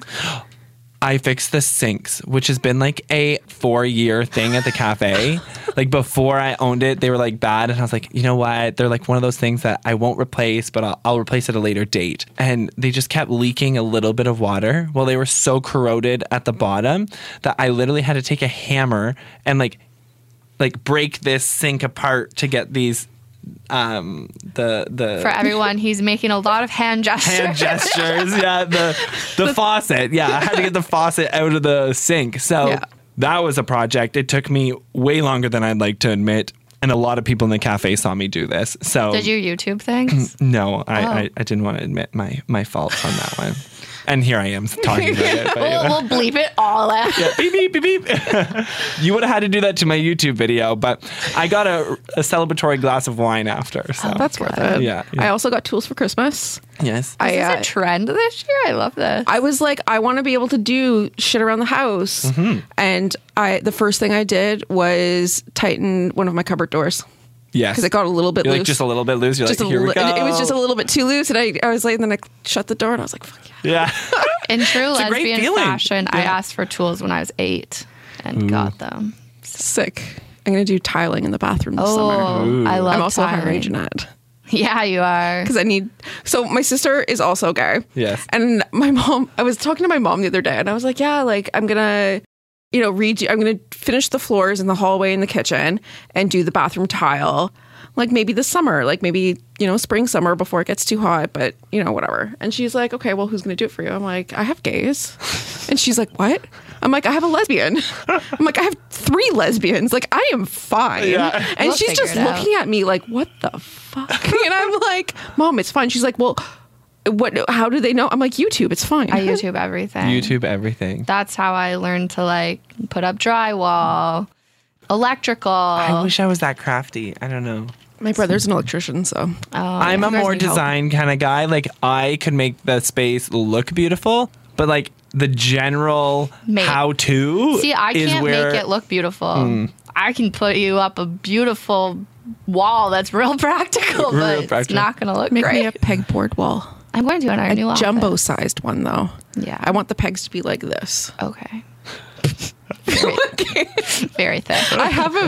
I fixed the sinks, which has been like a four year thing at the cafe. like before I owned it, they were like bad. And I was like, you know what? They're like one of those things that I won't replace, but I'll, I'll replace at a later date. And they just kept leaking a little bit of water. Well, they were so corroded at the bottom that I literally had to take a hammer and like, like break this sink apart to get these, um, the, the,
For everyone, he's making a lot of hand gestures.
hand gestures. Yeah, the the faucet. Yeah, I had to get the faucet out of the sink. So
Yeah.
that was a project. It took me way longer than I'd like to admit, and a lot of people in the cafe saw me do this. So
Did you YouTube things?
No, I,
Oh.
I, I didn't want to admit my my faults on that one. And here I am talking about it. But,
we'll, we'll bleep it all out.
beep beep beep beep. you would have had to do that to my YouTube video, but I got a, a celebratory glass of wine after. So
Oh, That's worth it.
Yeah, yeah.
I also got tools for Christmas.
yes,
I,
Is
uh,
this a trend this year? I love this.
I was like, I want to be able to do shit around the house.
Mm-hmm.
And I, the first thing I did was tighten one of my cupboard doors
yes.
because it got a little bit
You're
loose.
like just a little bit loose. You're
Just
like,
a
here we
li-
go.
It was just a little bit too loose, and I, I was like, and then I shut the door, and I was like, "Fuck yeah!"
yeah.
In true
a great
lesbian
feeling.
fashion, I asked for tools when I was eight and got them.
Sick. I'm gonna do tiling in the bathroom this
Oh,
summer.
I love.
I'm also a
tiling.
hiring agent at
Yeah, you are.
because I need. So my sister is also gay.
Yes.
And my mom, I was talking to my mom the other day, and I was like, "Yeah, like I'm gonna, you know, read. I'm gonna finish the floors in the hallway and the kitchen, and do the bathroom tile." Like maybe this summer, like maybe, you know, spring, summer before it gets too hot, but you know, whatever. And she's like, okay, well, who's going to do it for you? I'm like, I have gays. And she's like, what? I'm like, I have a lesbian. I'm like, I have three lesbians. Like, I am fine.
Yeah.
And
We'll
she's
figure
just
it out.
looking looking at me like, "What the fuck?" and I'm like, "Mom, it's fine." She's like, "Well, what? How do they know?" I'm like, "YouTube, it's fine."
I YouTube everything.
YouTube everything.
That's how I learned to like put up drywall, electrical.
I wish I was that crafty. I don't know.
My brother's an electrician, so
I'm
Oh,
a
You guys
more
need help.
design kind of guy. Like I could make the space look beautiful, but like the general
Make-
how to
See, I
is
can't
where Hmm.
make it look beautiful. I can put you up a beautiful wall that's real practical, but it's
practical.
not going to look
make
great.
me a pegboard wall,
I'm going to do it in our new office.
jumbo-sized one though.
Yeah.
I want the pegs to be like this.
Okay. Very, very thick.
I have a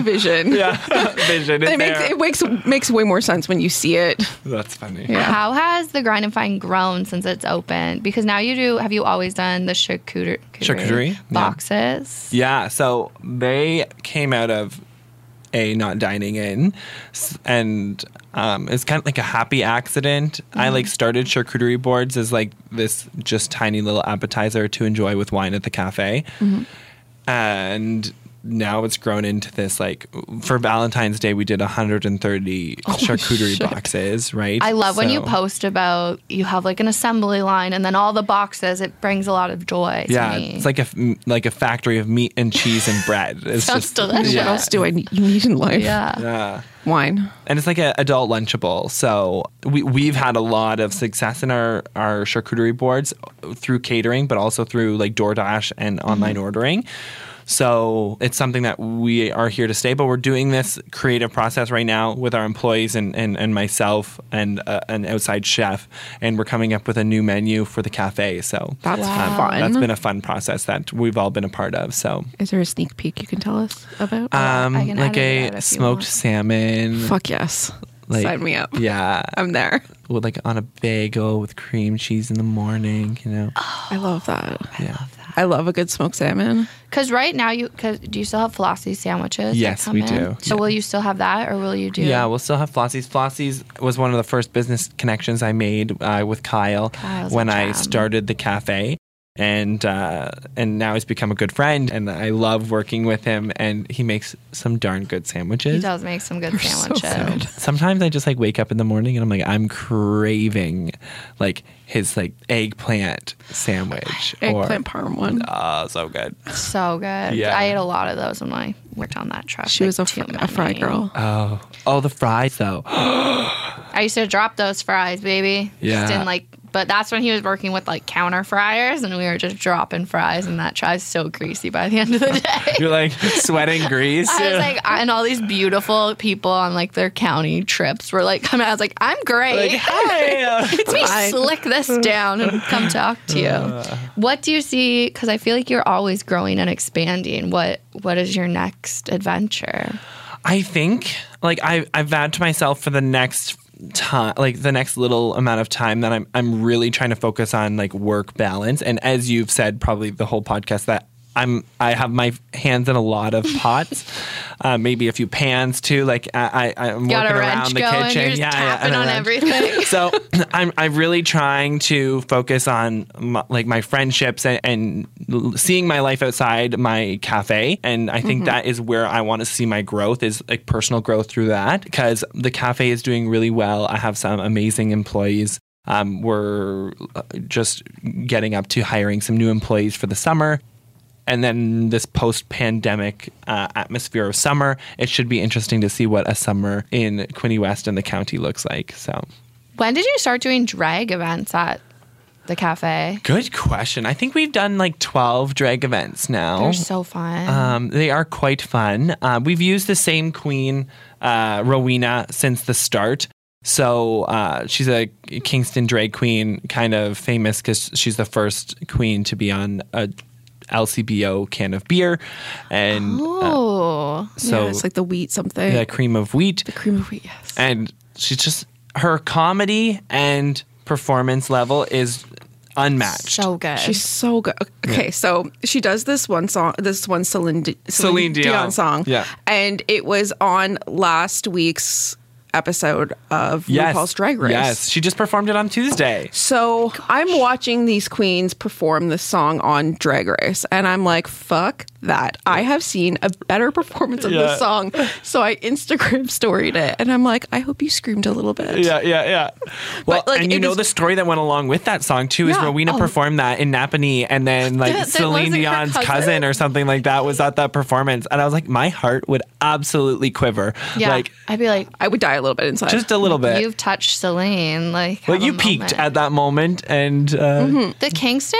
vision.
yeah, vision.
And
Is
It makes
there.
it makes makes way more sense when you see it.
That's funny.
Yeah.
How has the grind and find grown since it's open? Because now you do. Have you always done the charcuterie,
Charcuterie? Yeah.
boxes?
Yeah, so they came out of a not dining in, s- and um, it's kind of like a happy accident. I
Mm-hmm.
like started charcuterie boards as like this just tiny little appetizer to enjoy with wine at the cafe,
Mm-hmm.
and now it's grown into this like for Valentine's Day we did 130 charcuterie boxes, right?
I love when you
So-
post about you have like an assembly line and then all the boxes. It brings a lot of joy.
Yeah,
to me.
it's like a f- like a factory of meat and cheese and bread. It's
Sounds
just
delicious.
What
Yeah.
else do I need, you need in life?
yeah.
yeah.
Wine.
and it's like an adult lunchable. So we we've had a lot of success in our our charcuterie boards through catering, but also through like DoorDash and
Mm-hmm.
online ordering. So it's something that we are here to stay, but we're doing this creative process right now with our employees and, and, and myself and uh, an outside chef, and we're coming up with a new menu for the cafe. So
That's
Wow.
fun.
that's been a fun process that we've all been a part of. So
Is there a sneak peek you can tell us about?
um,
I can edit it out
like a
if you
smoked
want.
salmon,
Fuck yes.
like
Sign me up.
yeah,
I'm there.
with like on a bagel with cream cheese in the morning, you know.
I love that.
yeah.
I love a good smoked salmon.
Because right now, you cause do you still have Flossy sandwiches? that
Yes,
come
we
in?
do.
So
Yeah.
will you still have that, or will you do?
Yeah, we'll still have Flossie's. Flossie's was one of the first business connections I made uh, with Kyle
Kyle's a
when I
gem.
started the cafe. And uh, and now he's become a good friend, and I love working with him. And he makes some darn good sandwiches.
He does make some good
so
sandwiches.
good.
Sometimes I just like wake up in the morning and I'm like, I'm craving like his like eggplant sandwich
Eggplant parm one.
or oh, so good.
so good.
Yeah.
I ate a lot of those when I worked on that truck.
She
like, Uh,
was a, fr-
too
a fry
many.
girl.
Oh, oh, the fries though.
I used to drop those fries, baby.
Yeah.
Just didn't like, but that's when he was working with like counter fryers, and we were just dropping fries, and that fry's so greasy by the end of the day.
You're like sweating grease.
I was like, I- and all these beautiful people on like their county trips were like coming. out. I was like, I'm great.
Like, hi.
Let me slick this down and come talk to you.
Uh.
what do you see? Because I feel like you're always growing and expanding. What What is your next adventure?
I think like I I vowed to myself for the next time like the next little amount of time that I'm I'm really trying to focus on like work balance and as you've said probably the whole podcast that I'm I have my hands in a lot of pots, uh, maybe a few pans too. Like I, I I'm
Got
working
a
around
wrench
the
going.
kitchen.
You're just tapping
and a
on
wrench.
everything.
so I'm I'm really trying to focus on my, like my friendships and, and l- seeing my life outside my cafe, and I think that is where I want to see my growth is like personal growth through that because the cafe is doing really well. I have some amazing employees. Um, we're uh, just getting up to hiring some new employees for the summer and then this post-pandemic uh, atmosphere of summer. It should be interesting to see what a summer in Quinny West and the county looks like. So,
When did you start doing drag events at the cafe?
good question. I think we've done like twelve drag events now.
They're so fun.
Um, they are quite fun. Uh, we've used the same queen, uh, Rowena, since the start. So uh, she's a Kingston drag queen, kind of famous because she's the first queen to be on a LCBO can of beer, and
oh,
so
yeah, it's like the wheat something.
the cream of wheat.
Cream of wheat, yes.
and she's just her comedy and performance level is unmatched.
so good.
She's so good. Okay, so she does this one song, this one Celine, D-
Celine
Celine,
Dion.
Dion. song.
Yeah.
And it was on last week's episode of
yes,
RuPaul's Drag Race.
Yes, she just performed it on Tuesday.
So I'm watching these queens perform this song on Drag Race, and I'm like, fuck that. I have seen a better performance of
Yeah.
this song. So I Instagram storied it, and I'm like, I hope you screamed a little bit.
Yeah, yeah, yeah. Well,
But, like,
and you
it
know
is-
the story that went along with that song too is
Yeah.
Rowena
Oh.
performed that in Napanee, and then like
That- that
Celine
wasn't her
Dion's cousin?
cousin?
or something like that was at that performance, and I was like, my heart would absolutely quiver,
yeah,
like
I'd be like,
I would die a little bit inside.
just a little bit.
you've touched Celine. Like,
well,
have a
you peaked
moment.
at that moment, and uh,
the Kingston.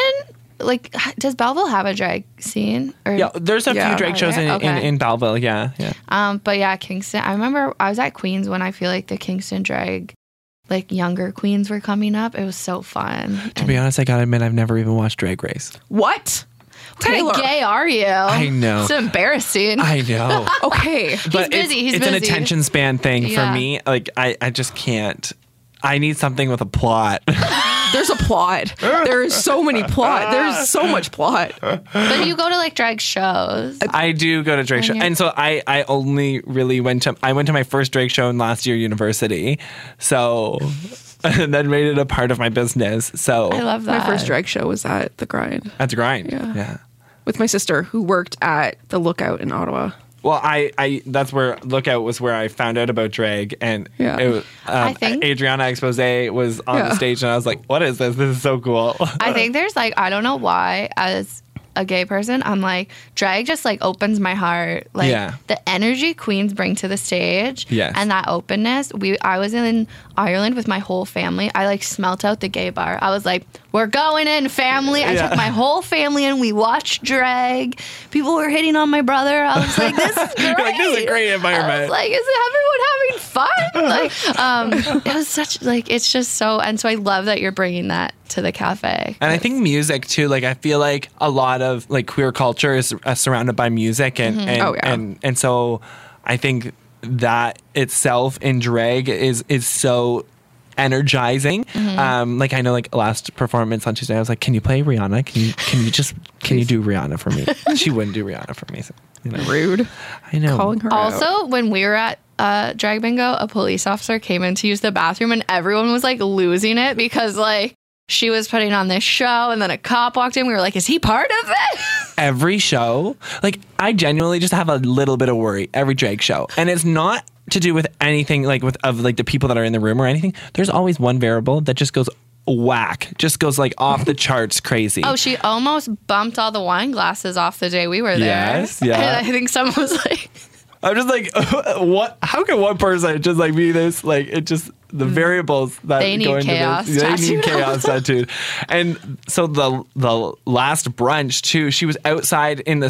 Like, h- does Belleville have a drag scene? Or,
yeah, there's a
Yeah.
few drag
Are
shows in,
there?
in
Okay.
in Belleville. Yeah, yeah.
Um, but yeah, Kingston. I remember I was at Queens when I feel like the Kingston drag, like younger queens were coming up. It was so fun.
To be honest, I gotta admit, I've never even watched Drag Race.
what?
How
Taylor.
gay are you? I
know.
It's embarrassing.
I know.
Okay.
but it's-
busy, he's
it's an
busy.
attention span thing
Yeah.
for me. Like I, I just can't. I need something with a plot.
There's a plot. There is so many plot. There's so much plot.
but you go to like drag shows.
I do go to drag show,
you're-
and so I, I only really went to. I went to my first drag show in last year university, so and then made it a part of my business. So
I love that.
My first drag show was at the Grind
that's a grind.
Yeah.
yeah.
with my sister who worked at the Lookout in Ottawa.
Well, I, I that's where Lookout was where I found out about drag, and
Yeah.
it was, um,
I think-
Adriana Expose was on
Yeah.
the stage, and I was like, "What is this? This is so cool."
I think there's like I don't know why as a gay person I'm like drag just like opens my heart like
Yeah.
the energy queens bring to the stage
Yes.
and that openness we I was in Ireland with my whole family I like smelt out the gay bar I was like we're going in family I
Yeah.
took my whole family and we watched drag people were hitting on my brother I was like this is great
You're like, "This is a great
I was
environment."
like, is everyone having fun? Like, um, it was such like it's just so, and so I love that you're bringing that to the cafe.
And I think music too. Like I feel like a lot of like queer culture is uh, surrounded by music, and and,
Oh, yeah.
and and so I think that itself in drag is is so energizing.
Mm-hmm.
Um, like I know, like last performance on Tuesday, I was like, "Can you play Rihanna? Can you can you just can you do Rihanna for me?" she wouldn't do Rihanna for me. So, you know,
Rude.
I know.
Calling her out.
Also, when we were at uh, Drag Bingo, a police officer came in to use the bathroom and everyone was like losing it because like she was putting on this show and then a cop walked in. We were like, is he part of this?
every show, like I genuinely just have a little bit of worry every drag show, and it's not to do with anything like with of like the people that are in the room or anything. There's always one variable that just goes whack, just goes like off the charts crazy.
Oh, she almost bumped all the wine glasses off the day we were there.
Yes, yeah.
And I think someone was like,
I'm just like, what? How can one person just like be this? Like, it just the variables that
Mm. They need
go into
chaos
this. They need
tattooed on
chaos tattooed. And so the the last brunch too. She was outside in the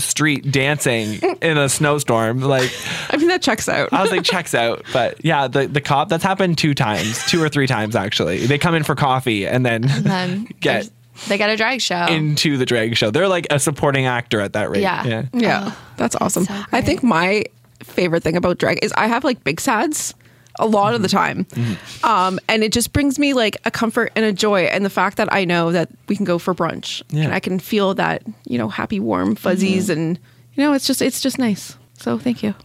street dancing in a snowstorm. Like,
I mean, that checks out.
I was like, checks out. But yeah, the the cop. That's happened two times, two or three times actually. They come in for coffee and then,
and then
Get-
they got a drag show.
into the drag show. They're like a supporting actor at that rate.
Yeah.
Yeah, Oh, that's awesome.
so
I
great.
think my favorite thing about drag is I have like big sads a lot of the
Mm-hmm.
time. Um, and it just brings me like a comfort and a joy. And the fact that I know that we can go for brunch
Yeah. Mm-hmm.
and I can feel that, you know, happy, warm fuzzies. And, you know, it's just, it's just nice. So thank you.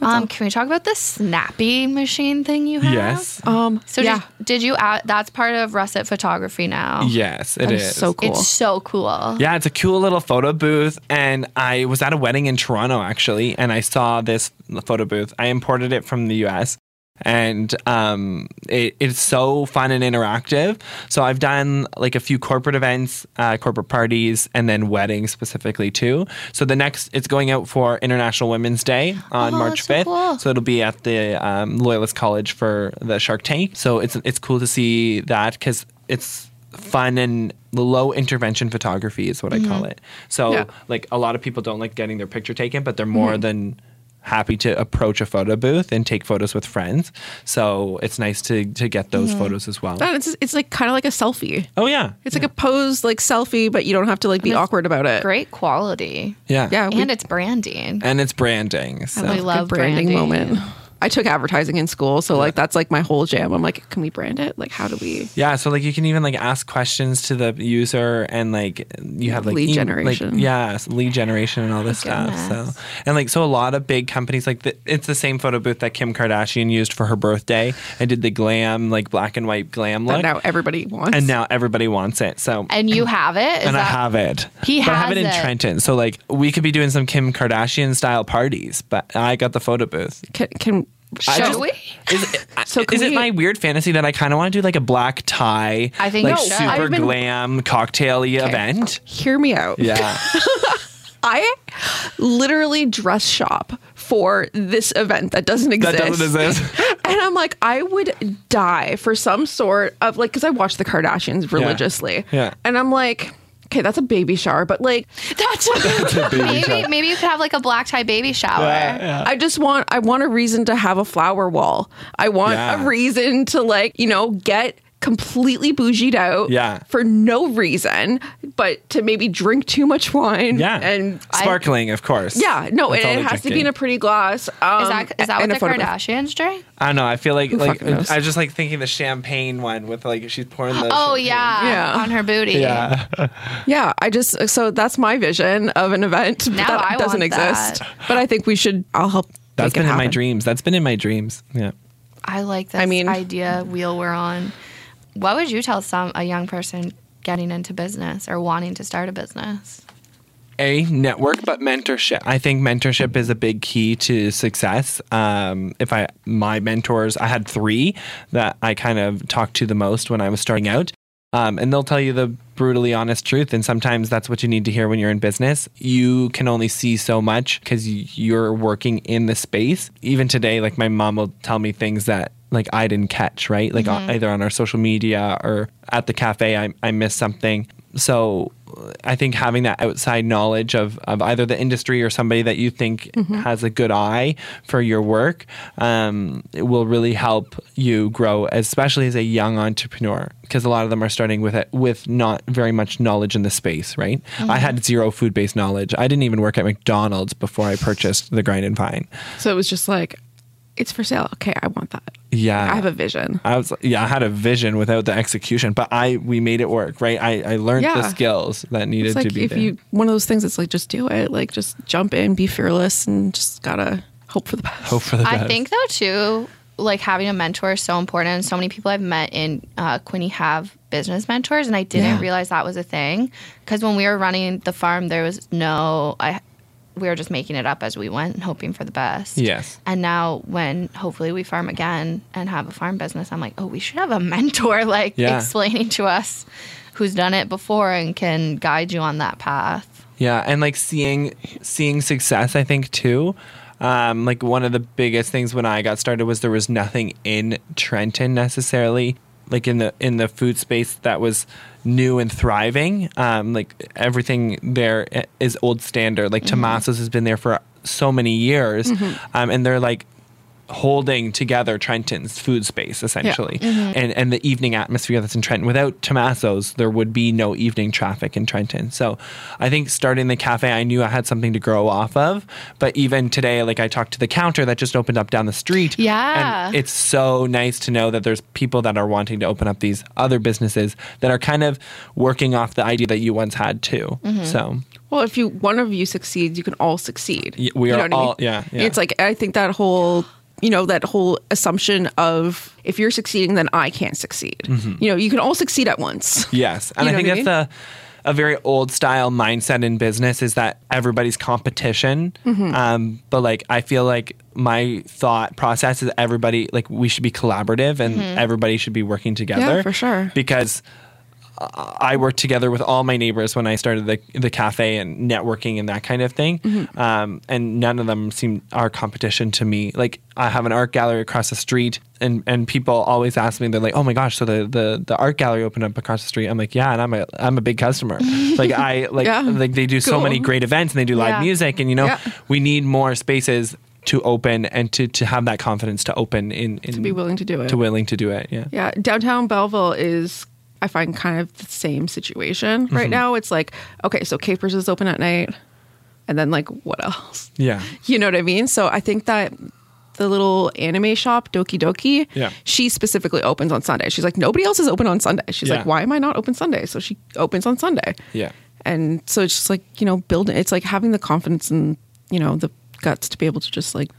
Um, can we talk about the snappy machine thing you have?
Yes.
Um,
So
yeah,
did, did you add, that's part of russet photography now.
Yes, it is.
that is so cool.
It's so cool.
Yeah, it's a cool little photo booth. And I was at a wedding in Toronto actually, and I saw this photo booth. I imported it from the US. And um, it, it's so fun and interactive. So I've done like a few corporate events, uh, corporate parties, and then weddings specifically too. So the next, it's going out for International Women's Day on
Oh, that's
March
so
fifth.
cool.
So it'll be at the um, Loyalist College for the Shark Tank. So it's it's cool to see that because it's fun and low intervention photography is what I call it. So
Mm-hmm. Yeah. Mm-hmm.
like a lot of people don't like getting their picture taken, but they're more than happy to approach a photo booth and take photos with friends. So it's nice to to get those photos as well.
That is- it's like kind of like a selfie.
oh yeah.
Mm-hmm. Oh. It's like a posed like selfie, but you don't have to like be awkward about it.
Great quality.
yeah.
Yeah. we-
and it's branding.
And it's branding. So
we love
Good branding,
branding.
moment. I took advertising in school, so like that's like my whole jam. I'm like, can we brand it? Like, how do we?
Yeah, so like you can even like ask questions to the user and like you have like
Lead
em-
generation.
like, yes, lead generation and all this stuff.
goodness.
So and like so a lot of big companies like the, it's the same photo booth that Kim Kardashian used for her birthday and did the glam like black and white glam
That
look,
now everybody wants.
and now everybody wants it. So
And you have it. Is
and I
that-
have it.
He
but I have
has
it in
it.
Trenton. So like we could be doing some Kim Kardashian style parties, but I got the photo booth.
can, can
I
Should
just-
we?
Is it,
So can
is it
we-
my weird fantasy that I kind of want to do like a black tie,
I think
like
we should.
super
I've been-
glam cocktaily event?
hear me out?
Yeah,
I literally dress shop for this event that doesn't exist.
that doesn't exist.
And I'm like, I would die for some sort of like, because I watch the Kardashians religiously.
Yeah.
And I'm like, okay, that's a baby shower, but like,
That's
a baby
maybe
shower.
maybe you could have like a black tie baby shower.
I just want I want a reason to have a flower wall. I want
Yeah.
a reason to like, you know, get completely bougied out
Yeah.
for no reason, but to maybe drink too much wine.
yeah,
And
sparkling, of course.
yeah, no,
That's all
and it
they're
has to be in a
drinking.
pretty glass. Um,
Is that is that what
and a
the
photo booth.
Kardashians drink?
I don't know. I feel like like
fucking knows?
I was just like thinking the champagne one with like she's pouring the.
Oh
champagne.
yeah,
Yeah.
on her booty.
Yeah.
Yeah, I just so that's my vision of an event
Now
that
I
doesn't
want
exist.
that.
But I think we should. I'll help.
That's
make it
been in my
happen.
dreams. That's been in my dreams. Yeah.
I like this
I mean-
idea wheel we're on. What would you tell some a young person getting into business or wanting to start a business?
a network but mentorship i think mentorship is a big key to success um, if i my mentors i had three that i kind of talked to the most when i was starting out um, and they'll tell you the brutally honest truth and sometimes that's what you need to hear when you're in business you can only see so much because you're working in the space even today like my mom will tell me things that like I didn't catch, right? Like on, either on our social media or at the cafe, I, I missed something. So I think having that outside knowledge of, of either the industry or somebody that you think
Mm-hmm.
has a good eye for your work um, it will really help you grow, especially as a young entrepreneur, because a lot of them are starting with it, with not very much knowledge in the space, right?
Mm-hmm.
I had zero food based knowledge. I didn't even work at McDonald's before I purchased the Grind and Vine.
So it was just like, it's for sale. Okay, I want that.
Yeah.
I have a vision.
I was yeah, I had a vision without the execution, but I we made it work, right? I I learned
Yeah.
the skills that needed
It's like
to be
if
there.
you one of those things that's like just do it, like just jump in, be fearless, and just gotta hope for the best.
Hope for the
I
best.
think though too, like having a mentor is so important. And so many people I've met in uh, Quinny have business mentors, and I didn't
Yeah.
realize that was a thing because when we were running the farm, there was no. I we were just making it up as we went and hoping for the best.
Yes.
And now, when hopefully we farm again and have a farm business, I'm like, oh, we should have a mentor like
Yeah.
explaining to us who's done it before and can guide you on that path.
Yeah, and like seeing seeing success, I think too. Um, like one of the biggest things when I got started was there was nothing in Trenton necessarily, like in the in the food space that was new and thriving. Um, like everything there i- is old standard. Like Tomasos has been there for so many years, um, and they're like holding together Trenton's food space essentially, and and the evening atmosphere that's in Trenton. Without Tomasso's, there would be no evening traffic in Trenton. So, I think starting the cafe, I knew I had something to grow off of. But even today, like I talked to the counter that just opened up down the street.
Yeah.
and it's so nice to know that there's people that are wanting to open up these other businesses that are kind of working off the idea that you once had too. So,
Well, if you one of you succeeds, you can all succeed.
Y- we
You
are
know what I
all-
mean?
yeah, yeah.
It's like I think that whole you know that whole assumption of if you're succeeding, then I can't succeed.
Mm-hmm.
You know, you can all succeed at once.
Yes, and
You
I
know
think
what I
that's a a very old style mindset in business is that everybody's competition.
Mm-hmm.
Um, but like I feel like my thought process is everybody like we should be collaborative and everybody should be working together.
Mm-hmm. for sure.
Because I worked together with all my neighbors when I started the the cafe and networking and that kind of thing.
Mm-hmm.
Um, and none of them seemed our competition to me. Like I have an art gallery across the street, and and people always ask me, they're like, "Oh my gosh, so the the, the art gallery opened up across the street." I'm like, "Yeah," and I'm a I'm a big customer. like I like
Yeah.
like they do so
Cool.
many great events and they do live
Yeah.
music, and you know
Yeah.
we need more spaces to open and to to have that confidence to open in, in to
be willing to do it.
to willing to do it. Yeah.
Yeah, downtown Belleville is I find kind of the same situation
Mm-hmm.
right now. It's like okay, so Capers is open at night, and then like what else?
Yeah.
You know what I mean? So I think that the little anime shop Doki Doki,
Yeah.
she specifically opens on Sunday. She's like nobody else is open on Sunday. She's
Yeah.
like, why am I not open Sunday? So she opens on Sunday.
Yeah.
And so it's just like you know building. It's like having the confidence and you know the guts to be able to just like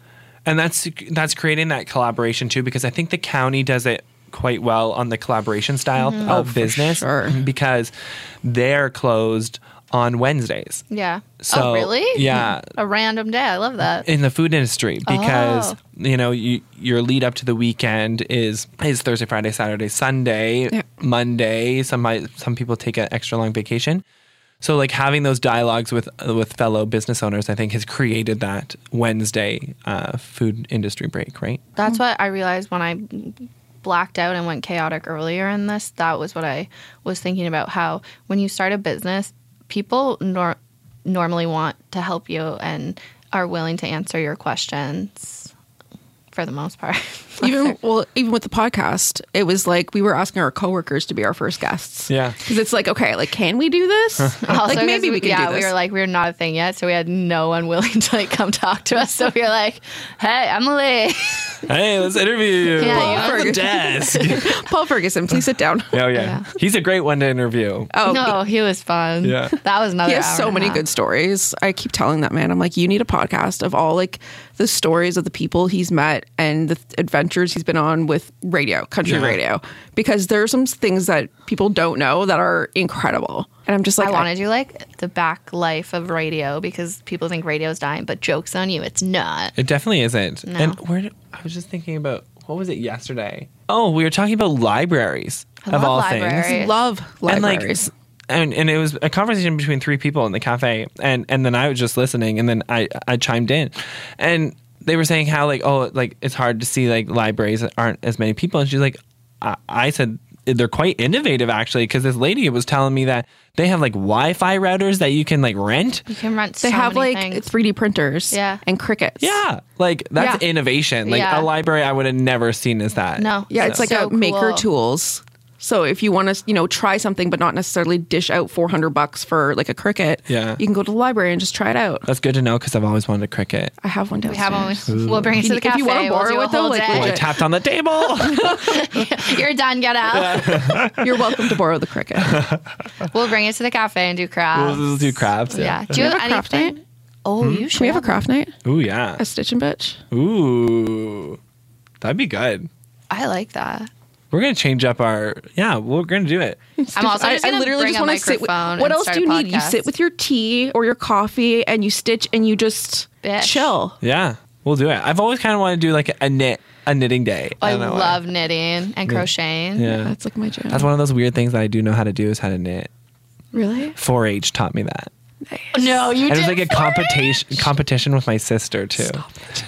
and that's that's creating that collaboration too because i think the county does it quite well on the collaboration style of business
Mm-hmm. Oh,
Mm-hmm.
sure.
because they're closed on wednesdays
Yeah.
So,
oh, really?
yeah.
A random day. I love that.
in the food industry because
Oh.
you know you, your lead up to the weekend is is Thursday, Friday, Saturday, Sunday,
Yeah.
Monday. Some might- some people take an extra long vacation. So like having those dialogues with with fellow business owners, I think has created that Wednesday uh, food industry break, right?
That's
Hmm.
what I realized when I blacked out and went chaotic earlier in this. That was what I was thinking about how when you start a business, people nor- normally want to help you and are willing to answer your questions for the most part.
even well even with the podcast it was like we were asking our coworkers to be our first guests
Yeah.
because it's like okay like can we do this
Also,
like
'cause
maybe
we-
we can
yeah,
do this
we were like we were not a thing yet, so we had no one willing to like come talk to us. So we were like, "Hey, Emily,
Hey, let's interview you.
Yeah,
Pull
you-
up the desk.
paul ferguson please sit down
oh yeah.
Yeah.
he's a great one to interview.
oh
no, he was fun.
Yeah.
that was another.
he has
hour
so
and a
many
half.
good stories i keep telling that man i'm like you need a podcast of all like the stories of the people he's met and the adventures he's been on with radio country
Yeah.
radio because there are some things that people don't know that are incredible and i'm just like
I want to do like the back life of radio because people think radio's dying, but jokes on you, it's not.
It definitely isn't. And where did, I was just thinking about what was it yesterday? Oh, we were talking about libraries
I
of
love
all
libraries.
things.
I love libraries
And like and, and it was a conversation between three people in the cafe and and then I was just listening and then I I chimed in. And they were saying how like oh like it's hard to see like libraries that aren't as many people and she's like I, I said they're quite innovative actually because this lady was telling me that they have like Wi-Fi routers that you can like rent.
You can rent.
They
so
have
many
like
things.
3D printers
Yeah.
and crickets.
Yeah, like that's
Yeah.
innovation. Like
Yeah.
a library I would have never seen as that.
no,
Yeah, it's like
So
a maker
cool.
tools. So if you want to, you know, try something but not necessarily dish out 400 bucks for like a cricket,
Yeah.
you can go to the library and just try it out.
That's good to know because I've always wanted a cricket.
I have one downstairs.
We have one. We'll bring it to the
If
cafe.
you wanna borrow
we'll do a
it, though,
whole
like,
Oh, I
day.
we'll-
tapped on the table.
You're done. Get out.
You're welcome to borrow the cricket.
We'll bring it to the cafe and do crafts.
we'll do crafts.
yeah.
Yeah. Hmm?
Do you
we
have
have a craft
anything?
night?
Oh, you should.
Can we have a craft night?
Ooh, yeah.
A stitch and bitch?
Ooh, that'd be good.
I like that.
We're gonna change up our. Yeah, we're gonna do it.
I'm also
I,
just
I
gonna
literally
bring
just
a
want to sit. With,
microphone
what
and
else
start
do you
a
need? You
podcast.
sit with your tea or your coffee and you stitch and you just
Bitch.
chill.
Yeah, we'll do it. I've always kind of wanted to do like a knit, a knitting day.
I,
don't know why.
love knitting and crocheting.
Yeah.
That's like my jam.
That's one of those weird things that I do know how to do is how to knit.
really
4-H taught me that.
No, you
And it
did.
was like a competition competition with my sister too.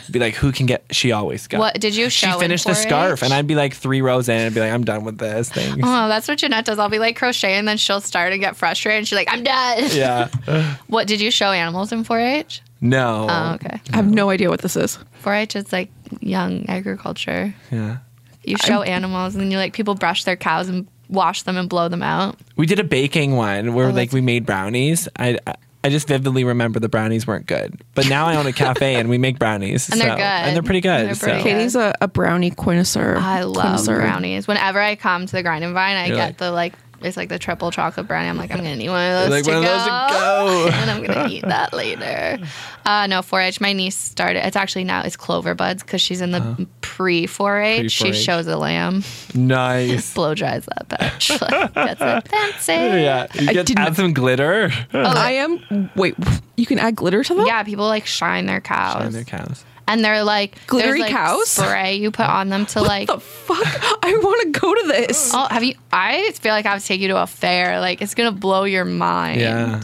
Be like, who can get? She always got.
What did you
She
show? in
finished the
4-H?
scarf, and I'd be like three rows in, and be like, I'm done with this thing.
Oh, that's what Jeanette does. I'll be like crocheting, and then she'll start and get frustrated. And she's like, "I'm done."
yeah.
What did you show animals in 4-H?
No.
Oh, okay.
I have no idea what this is.
4-H is like young agriculture.
Yeah.
You show animals, and you like people brush their cows and wash them and blow them out.
We did a baking one where like
Oh, that's-
we made brownies. I. I I just vividly remember the brownies weren't good, but now I own a cafe and we make brownies,
And they're
so-
good.
and they're pretty good.
They're pretty good.
so.
Katie's a, a brownie connoisseur.
I love
Connoisseur.
brownies. Whenever I come to the Grind and Vine, I
You're
get
like-
the like it's like the triple chocolate brownie. I'm like, I'm gonna need one of those,
Like,
to,
one of
go,
those to go.
and I'm gonna eat that later. Uh, no, 4-H. My niece started. It's actually now it's clover buds because she's in the
Uh-huh.
pre-4-H. She
4-H.
shows a lamb,
Nice.
blow dries that bitch, like, gets it fancy.
Yeah, you
I
get to
didn't-
add some glitter.
I am. Wait, you can add glitter to them?
Yeah, people like shine their cows,
And their cows.
and they're like there's,
Glittery
like,
cows?
spray you put on them to like
The fuck! I want to go to this.
Oh, have you? I feel like I have to take you to a fair. Like it's gonna blow your mind.
Yeah.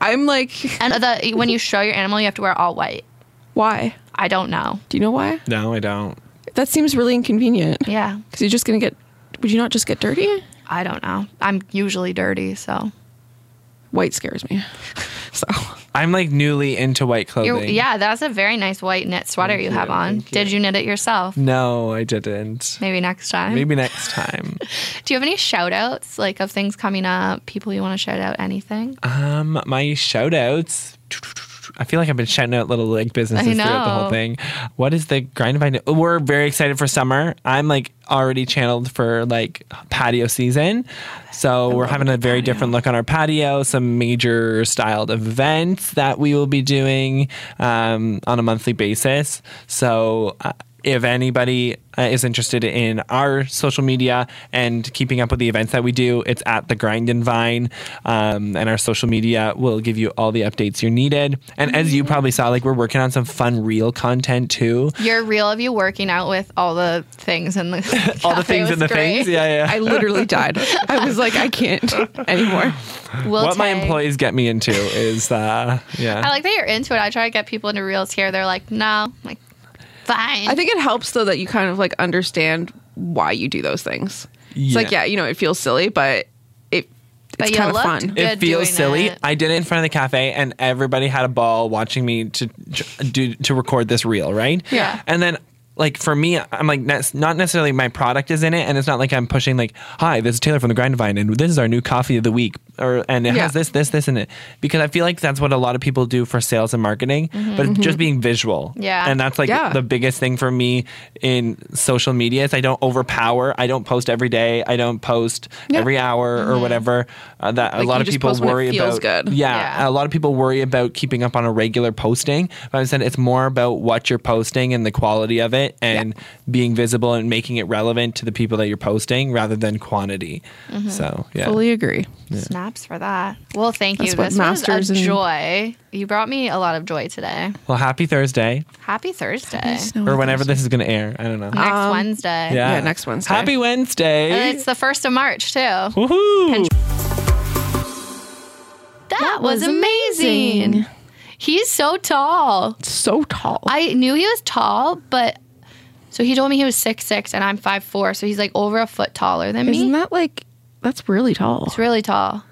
I'm like,
And the when you show your animal, you have to wear all white.
why?
I don't know.
Do you know why?
No, I don't.
That seems really inconvenient.
Yeah,
Because you're just gonna get. Would you not just get dirty?
I don't know. I'm usually dirty, so
White scares me. So
I'm like newly into white
You're,
clothing.
yeah, that's a very nice white knit sweater you, have
you,
on.
Oh, thank you.
Did you knit it yourself?
No, I didn't.
Maybe next time.
Maybe next time.
Do you have any shout outs like of things coming up? People you want to shout out? Anything?
Um, my shout outs. I feel like I've been shouting out little like businesses
I
throughout the
know.
whole thing. What is the grind of I know? We're very excited for summer. I'm like already channeled for like patio season. So we're having a very different look on our patio, some major styled events that we will be doing um, on a monthly basis. So uh, if anybody uh, is interested in our social media and keeping up with the events that we do, it's at the Grind and Vine, um, and our social media will give you all the updates you needed. And as you probably saw, like we're working on some fun reel content too.
Your reel of you working out with all the things in the
All the things and the things, yeah, yeah.
I literally died. I was like, I can't anymore.
We'll
what my
tag-
employees get me into is, uh, yeah.
I like that you're into it. I try to get people into reels here. They're like, no, I'm like fine.
I think it helps though that you kind of like understand why you do those things. It's like
Yeah.
yeah, you know, it feels silly, but it
But
it's
you
kind of
looked
fun.
good.
it
doing
feels silly.
it.
I did it in front of the cafe, and everybody had a ball watching me to to do to record this reel, right?
Yeah.
And then. Like for me, I'm like ne- not necessarily my product is in it, and it's not like I'm pushing like, "Hi, this is Taylor from the Grind Vine, and this is our new coffee of the week," or and it
Yeah.
has this, this, this in it, because I feel like that's what a lot of people do for sales and marketing, but it's just being visual,
Mm-hmm. Yeah.
and that's like
Yeah.
the biggest thing for me in social media is I don't overpower, I don't post every day, I don't post
Yeah.
every hour
Mm-hmm.
or whatever. Uh, that
Like,
a lot
you
of
just
people
post when it
worry
feels
about
good.
Yeah,
Yeah.
a lot of people worry about keeping up on a regular posting but i said it's more about what you're posting and the quality of it and being visible and making it relevant to the people that you're posting rather than quantity so yeah
Mm-hmm. Fully agree.
snaps for that. Well, thank you.
That's what
This was
masters
a
in-
joy. You brought me a lot of joy today.
well happy thursday
Happy Thursday.
or whenever this is going to air i don't know
Next
Um,
Wednesday.
yeah, next Wednesday.
happy wednesday
And it's the first of March too. That
Woohoo!
was amazing. He's so tall.
so tall.
I knew he was tall, but so he told me he was six six, and I'm five four, so he's like over a foot taller than me.
Isn't that like that's really tall?
It's really tall.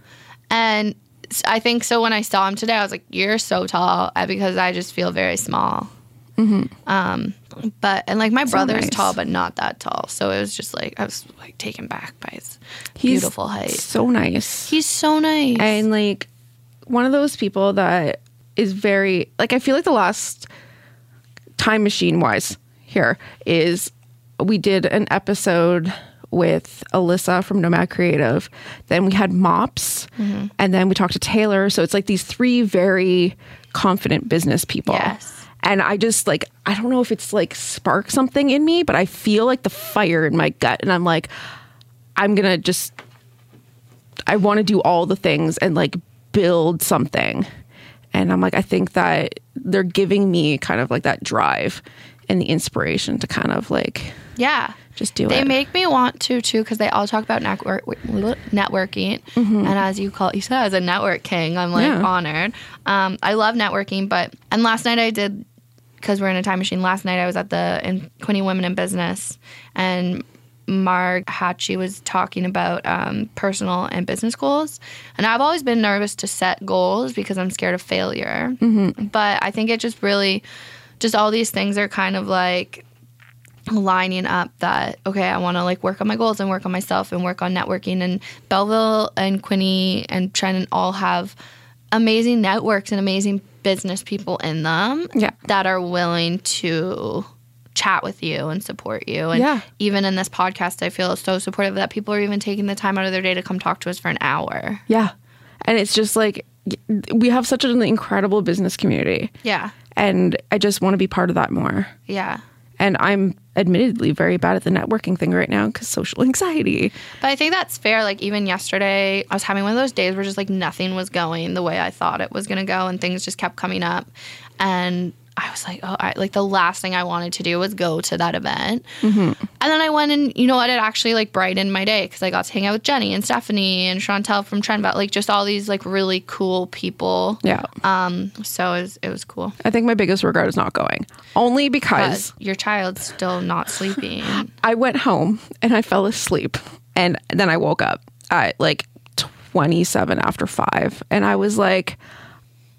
And uh, s- I think so when I saw him today, I was like, you're so tall. I- Because I just feel very small. Um, but and like my brother is
Mm-hmm. nice.
tall, but not that tall, so it was just like I was like taken back by his
He's
beautiful height.
So nice.
He's so nice.
and like one of those people that is very like I feel like the last time machine wise here is we did an episode with Alyssa from Nomad Creative, then we had Mops,
Mm-hmm.
and then we talked to Taylor. So it's like these three very confident business people.
Yes.
And I just like, I don't know if it's like sparked something in me, but I feel like the fire in my gut. And I'm like, I'm going to just I want to do all the things and like build something. And I'm like, I think that they're giving me kind of like that drive and the inspiration to kind of like
yeah,
just do
they
it.
make me want to too because they all talk about network networking, and as you call you said, as a network king, I'm like
Mm-hmm. Yeah.
honored. Um, I love networking, but and last night I did because we're in a time machine. Last night I was at the in 20 Women in Business, and Marg Hatchie was talking about um, personal and business goals, and I've always been nervous to set goals because I'm scared of failure.
Mm-hmm.
But I think it just really, just all these things are kind of like lining up that okay i want to like work on my goals and work on myself and work on networking and belleville and quinny and trenton all have amazing networks and amazing business people in them
Yeah.
that are willing to chat with you and support you and
Yeah.
even in this podcast i feel so supportive that people are even taking the time out of their day to come talk to us for an hour
Yeah. And it's just like we have such an incredible business community.
yeah
And I just want to be part of that more.
yeah
And I'm admittedly very bad at the networking thing right now because social anxiety.
But I think that's fair. Like even yesterday, I was having one of those days where just like nothing was going the way I thought it was gonna go, and things just kept coming up, and I was like, oh, I, like the last thing I wanted to do was go to that event, and then I went and you know what? It actually like brightened my day because I got to hang out with Jenny and Stephanie and Chantel from Trendbelt, like just all these like really cool people.
Yeah.
Um. So it was, it was cool.
I think my biggest regret is not going, only because
But your child's still not sleeping.
I went home and I fell asleep. And then I woke up at like 27 after five. And I was like,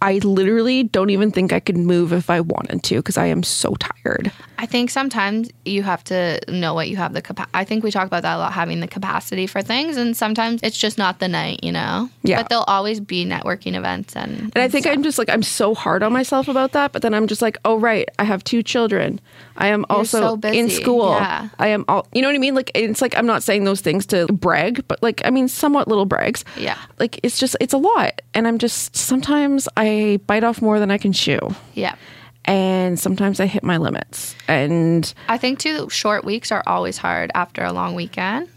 I literally don't even think I could move if I wanted to because I am so tired.
I think sometimes you have to know what you have the capacity. I think we talk about that a lot, having the capacity for things, and sometimes it's just not the night, you know.
Yeah.
But there'll always be networking events, and,
And I think I'm just like, I'm so hard on myself about that. But then I'm just like, oh, right. I have two children. I am also
so busy.
in school.
Yeah.
I am all, you know what I mean? Like, it's like, I'm not saying those things to brag, but like, I mean, somewhat little brags.
Yeah.
Like, it's just, it's a lot. And I'm just, sometimes I bite off more than I can chew.
yeah.
and sometimes I hit my limits. And
I think too, short weeks are always hard after a long weekend.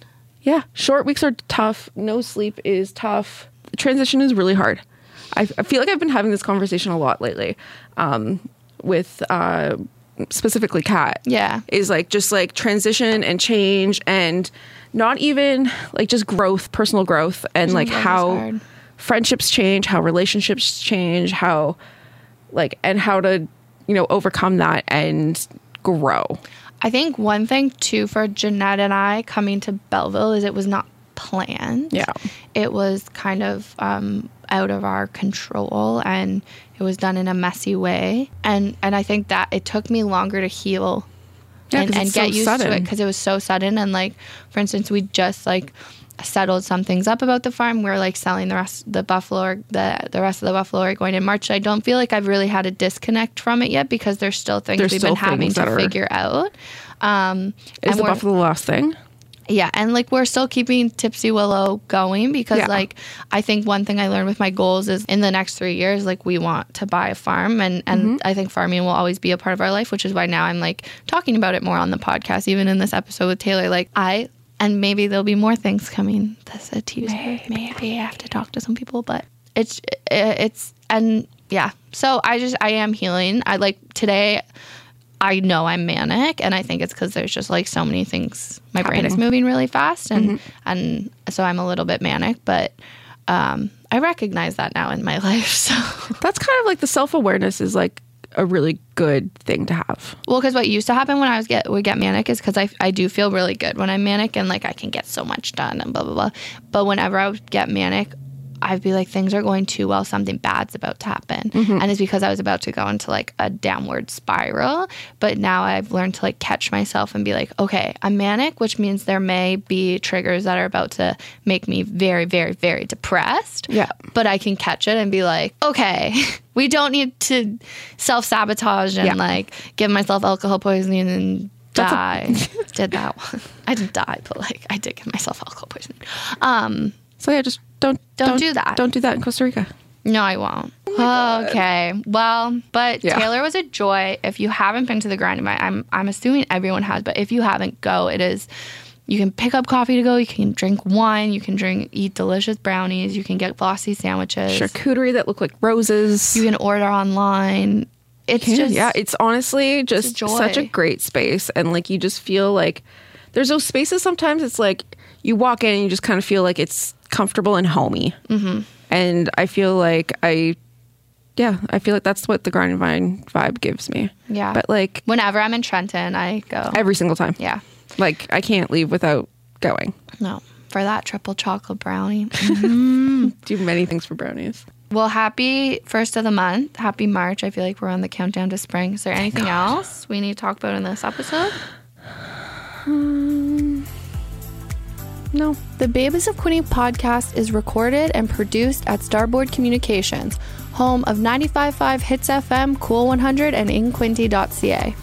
yeah, short weeks are tough. No sleep is tough. The transition is really hard. I, I feel like I've been having this conversation a lot lately um, with uh, specifically Kat.
Yeah.
Is like just like transition and change and not even like just growth, personal growth, and like
Growth is
how
Mm-hmm. hard.
friendships change, how relationships change, how like and how to, you know, overcome that and grow.
I think one thing too for Jeanette and I coming to Belleville is it was not planned.
Yeah.
It was kind of um, out of our control and it was done in a messy way. And and I think that it took me longer to heal
Yeah,
and,
'cause
and
it's
get
so
used to it
sudden.
because it was so sudden. And like, for instance, we just like settled some things up about the farm. We're like selling the rest, the buffalo, or the the rest of the buffalo are going in March. I don't feel like I've really had a disconnect from it yet because there's still things
There's
we've
still
been having
things
to
that are-
figure out. Um,
Is
and
the
we're-
buffalo the last thing?
yeah, and like we're still keeping Tipsy Willow going because
Yeah.
like I think one thing I learned with my goals is in the next three years, like we want to buy a farm and, and I think farming will always be a part of our life, which is why now I'm like talking about it more on the podcast, even in this episode with Taylor. Like I and maybe there'll be more things coming this a Tuesday. Maybe, I have to talk to some people, but it's it's and yeah. So I just I am healing. I like today I know I'm manic, and I think it's because there's just like so many things. My brain is
Happening.
moving really fast, and and so I'm a little bit manic, but um, I recognize that now in my life. So,
That's kind of like the self awareness is like a really good thing to have.
well, because what used to happen when I was get would get manic is because I I do feel really good when I'm manic, and like I can get so much done and blah blah blah. But whenever I would get manic, I'd be like, things are going too well. Something bad's about to happen. And it's because I was about to go into like a downward spiral. But now I've learned to like catch myself and be like, okay, I'm manic, which means there may be triggers that are about to make me very, very, very depressed.
Yeah.
But I can catch it and be like, okay, we don't need to self sabotage and
Yeah.
like give myself alcohol poisoning and die. did that one. I didn't die, but like I did give myself alcohol poisoning. Um,
So yeah, just don't
Don't do that.
Don't do that in Costa Rica.
no, I won't. okay. Well, but
Oh Yeah.
Taylor was a joy. If you haven't been to the grind, my- I'm I'm assuming everyone has, but if you haven't, go. It is. You can pick up coffee to go. You can drink wine. You can drink eat delicious brownies. You can get glossy sandwiches.
Charcuterie that look like roses.
You can order online. It's
Yeah,
just
yeah, it's honestly just
joy.
such a great space, and like you just feel like there's those spaces. Sometimes it's like you walk in and you just kind of feel like it's comfortable and homey. Mm-hmm. And I feel like I, yeah, I feel like that's what the grind and vine vibe gives me.
Yeah.
but like
whenever I'm in Trenton, I go.
every single time,
yeah.
like I can't leave without going.
No. For that triple chocolate brownie.
Do many things for brownies.
Well, happy first of the month. Happy March. I feel like we're on the countdown to spring. Is there anything else we need to talk about in this episode?
No,
The Babies of Quinny podcast is recorded and produced at Starboard Communications, home of 95.5 Hits FM, Cool 100, and inquinty.ca.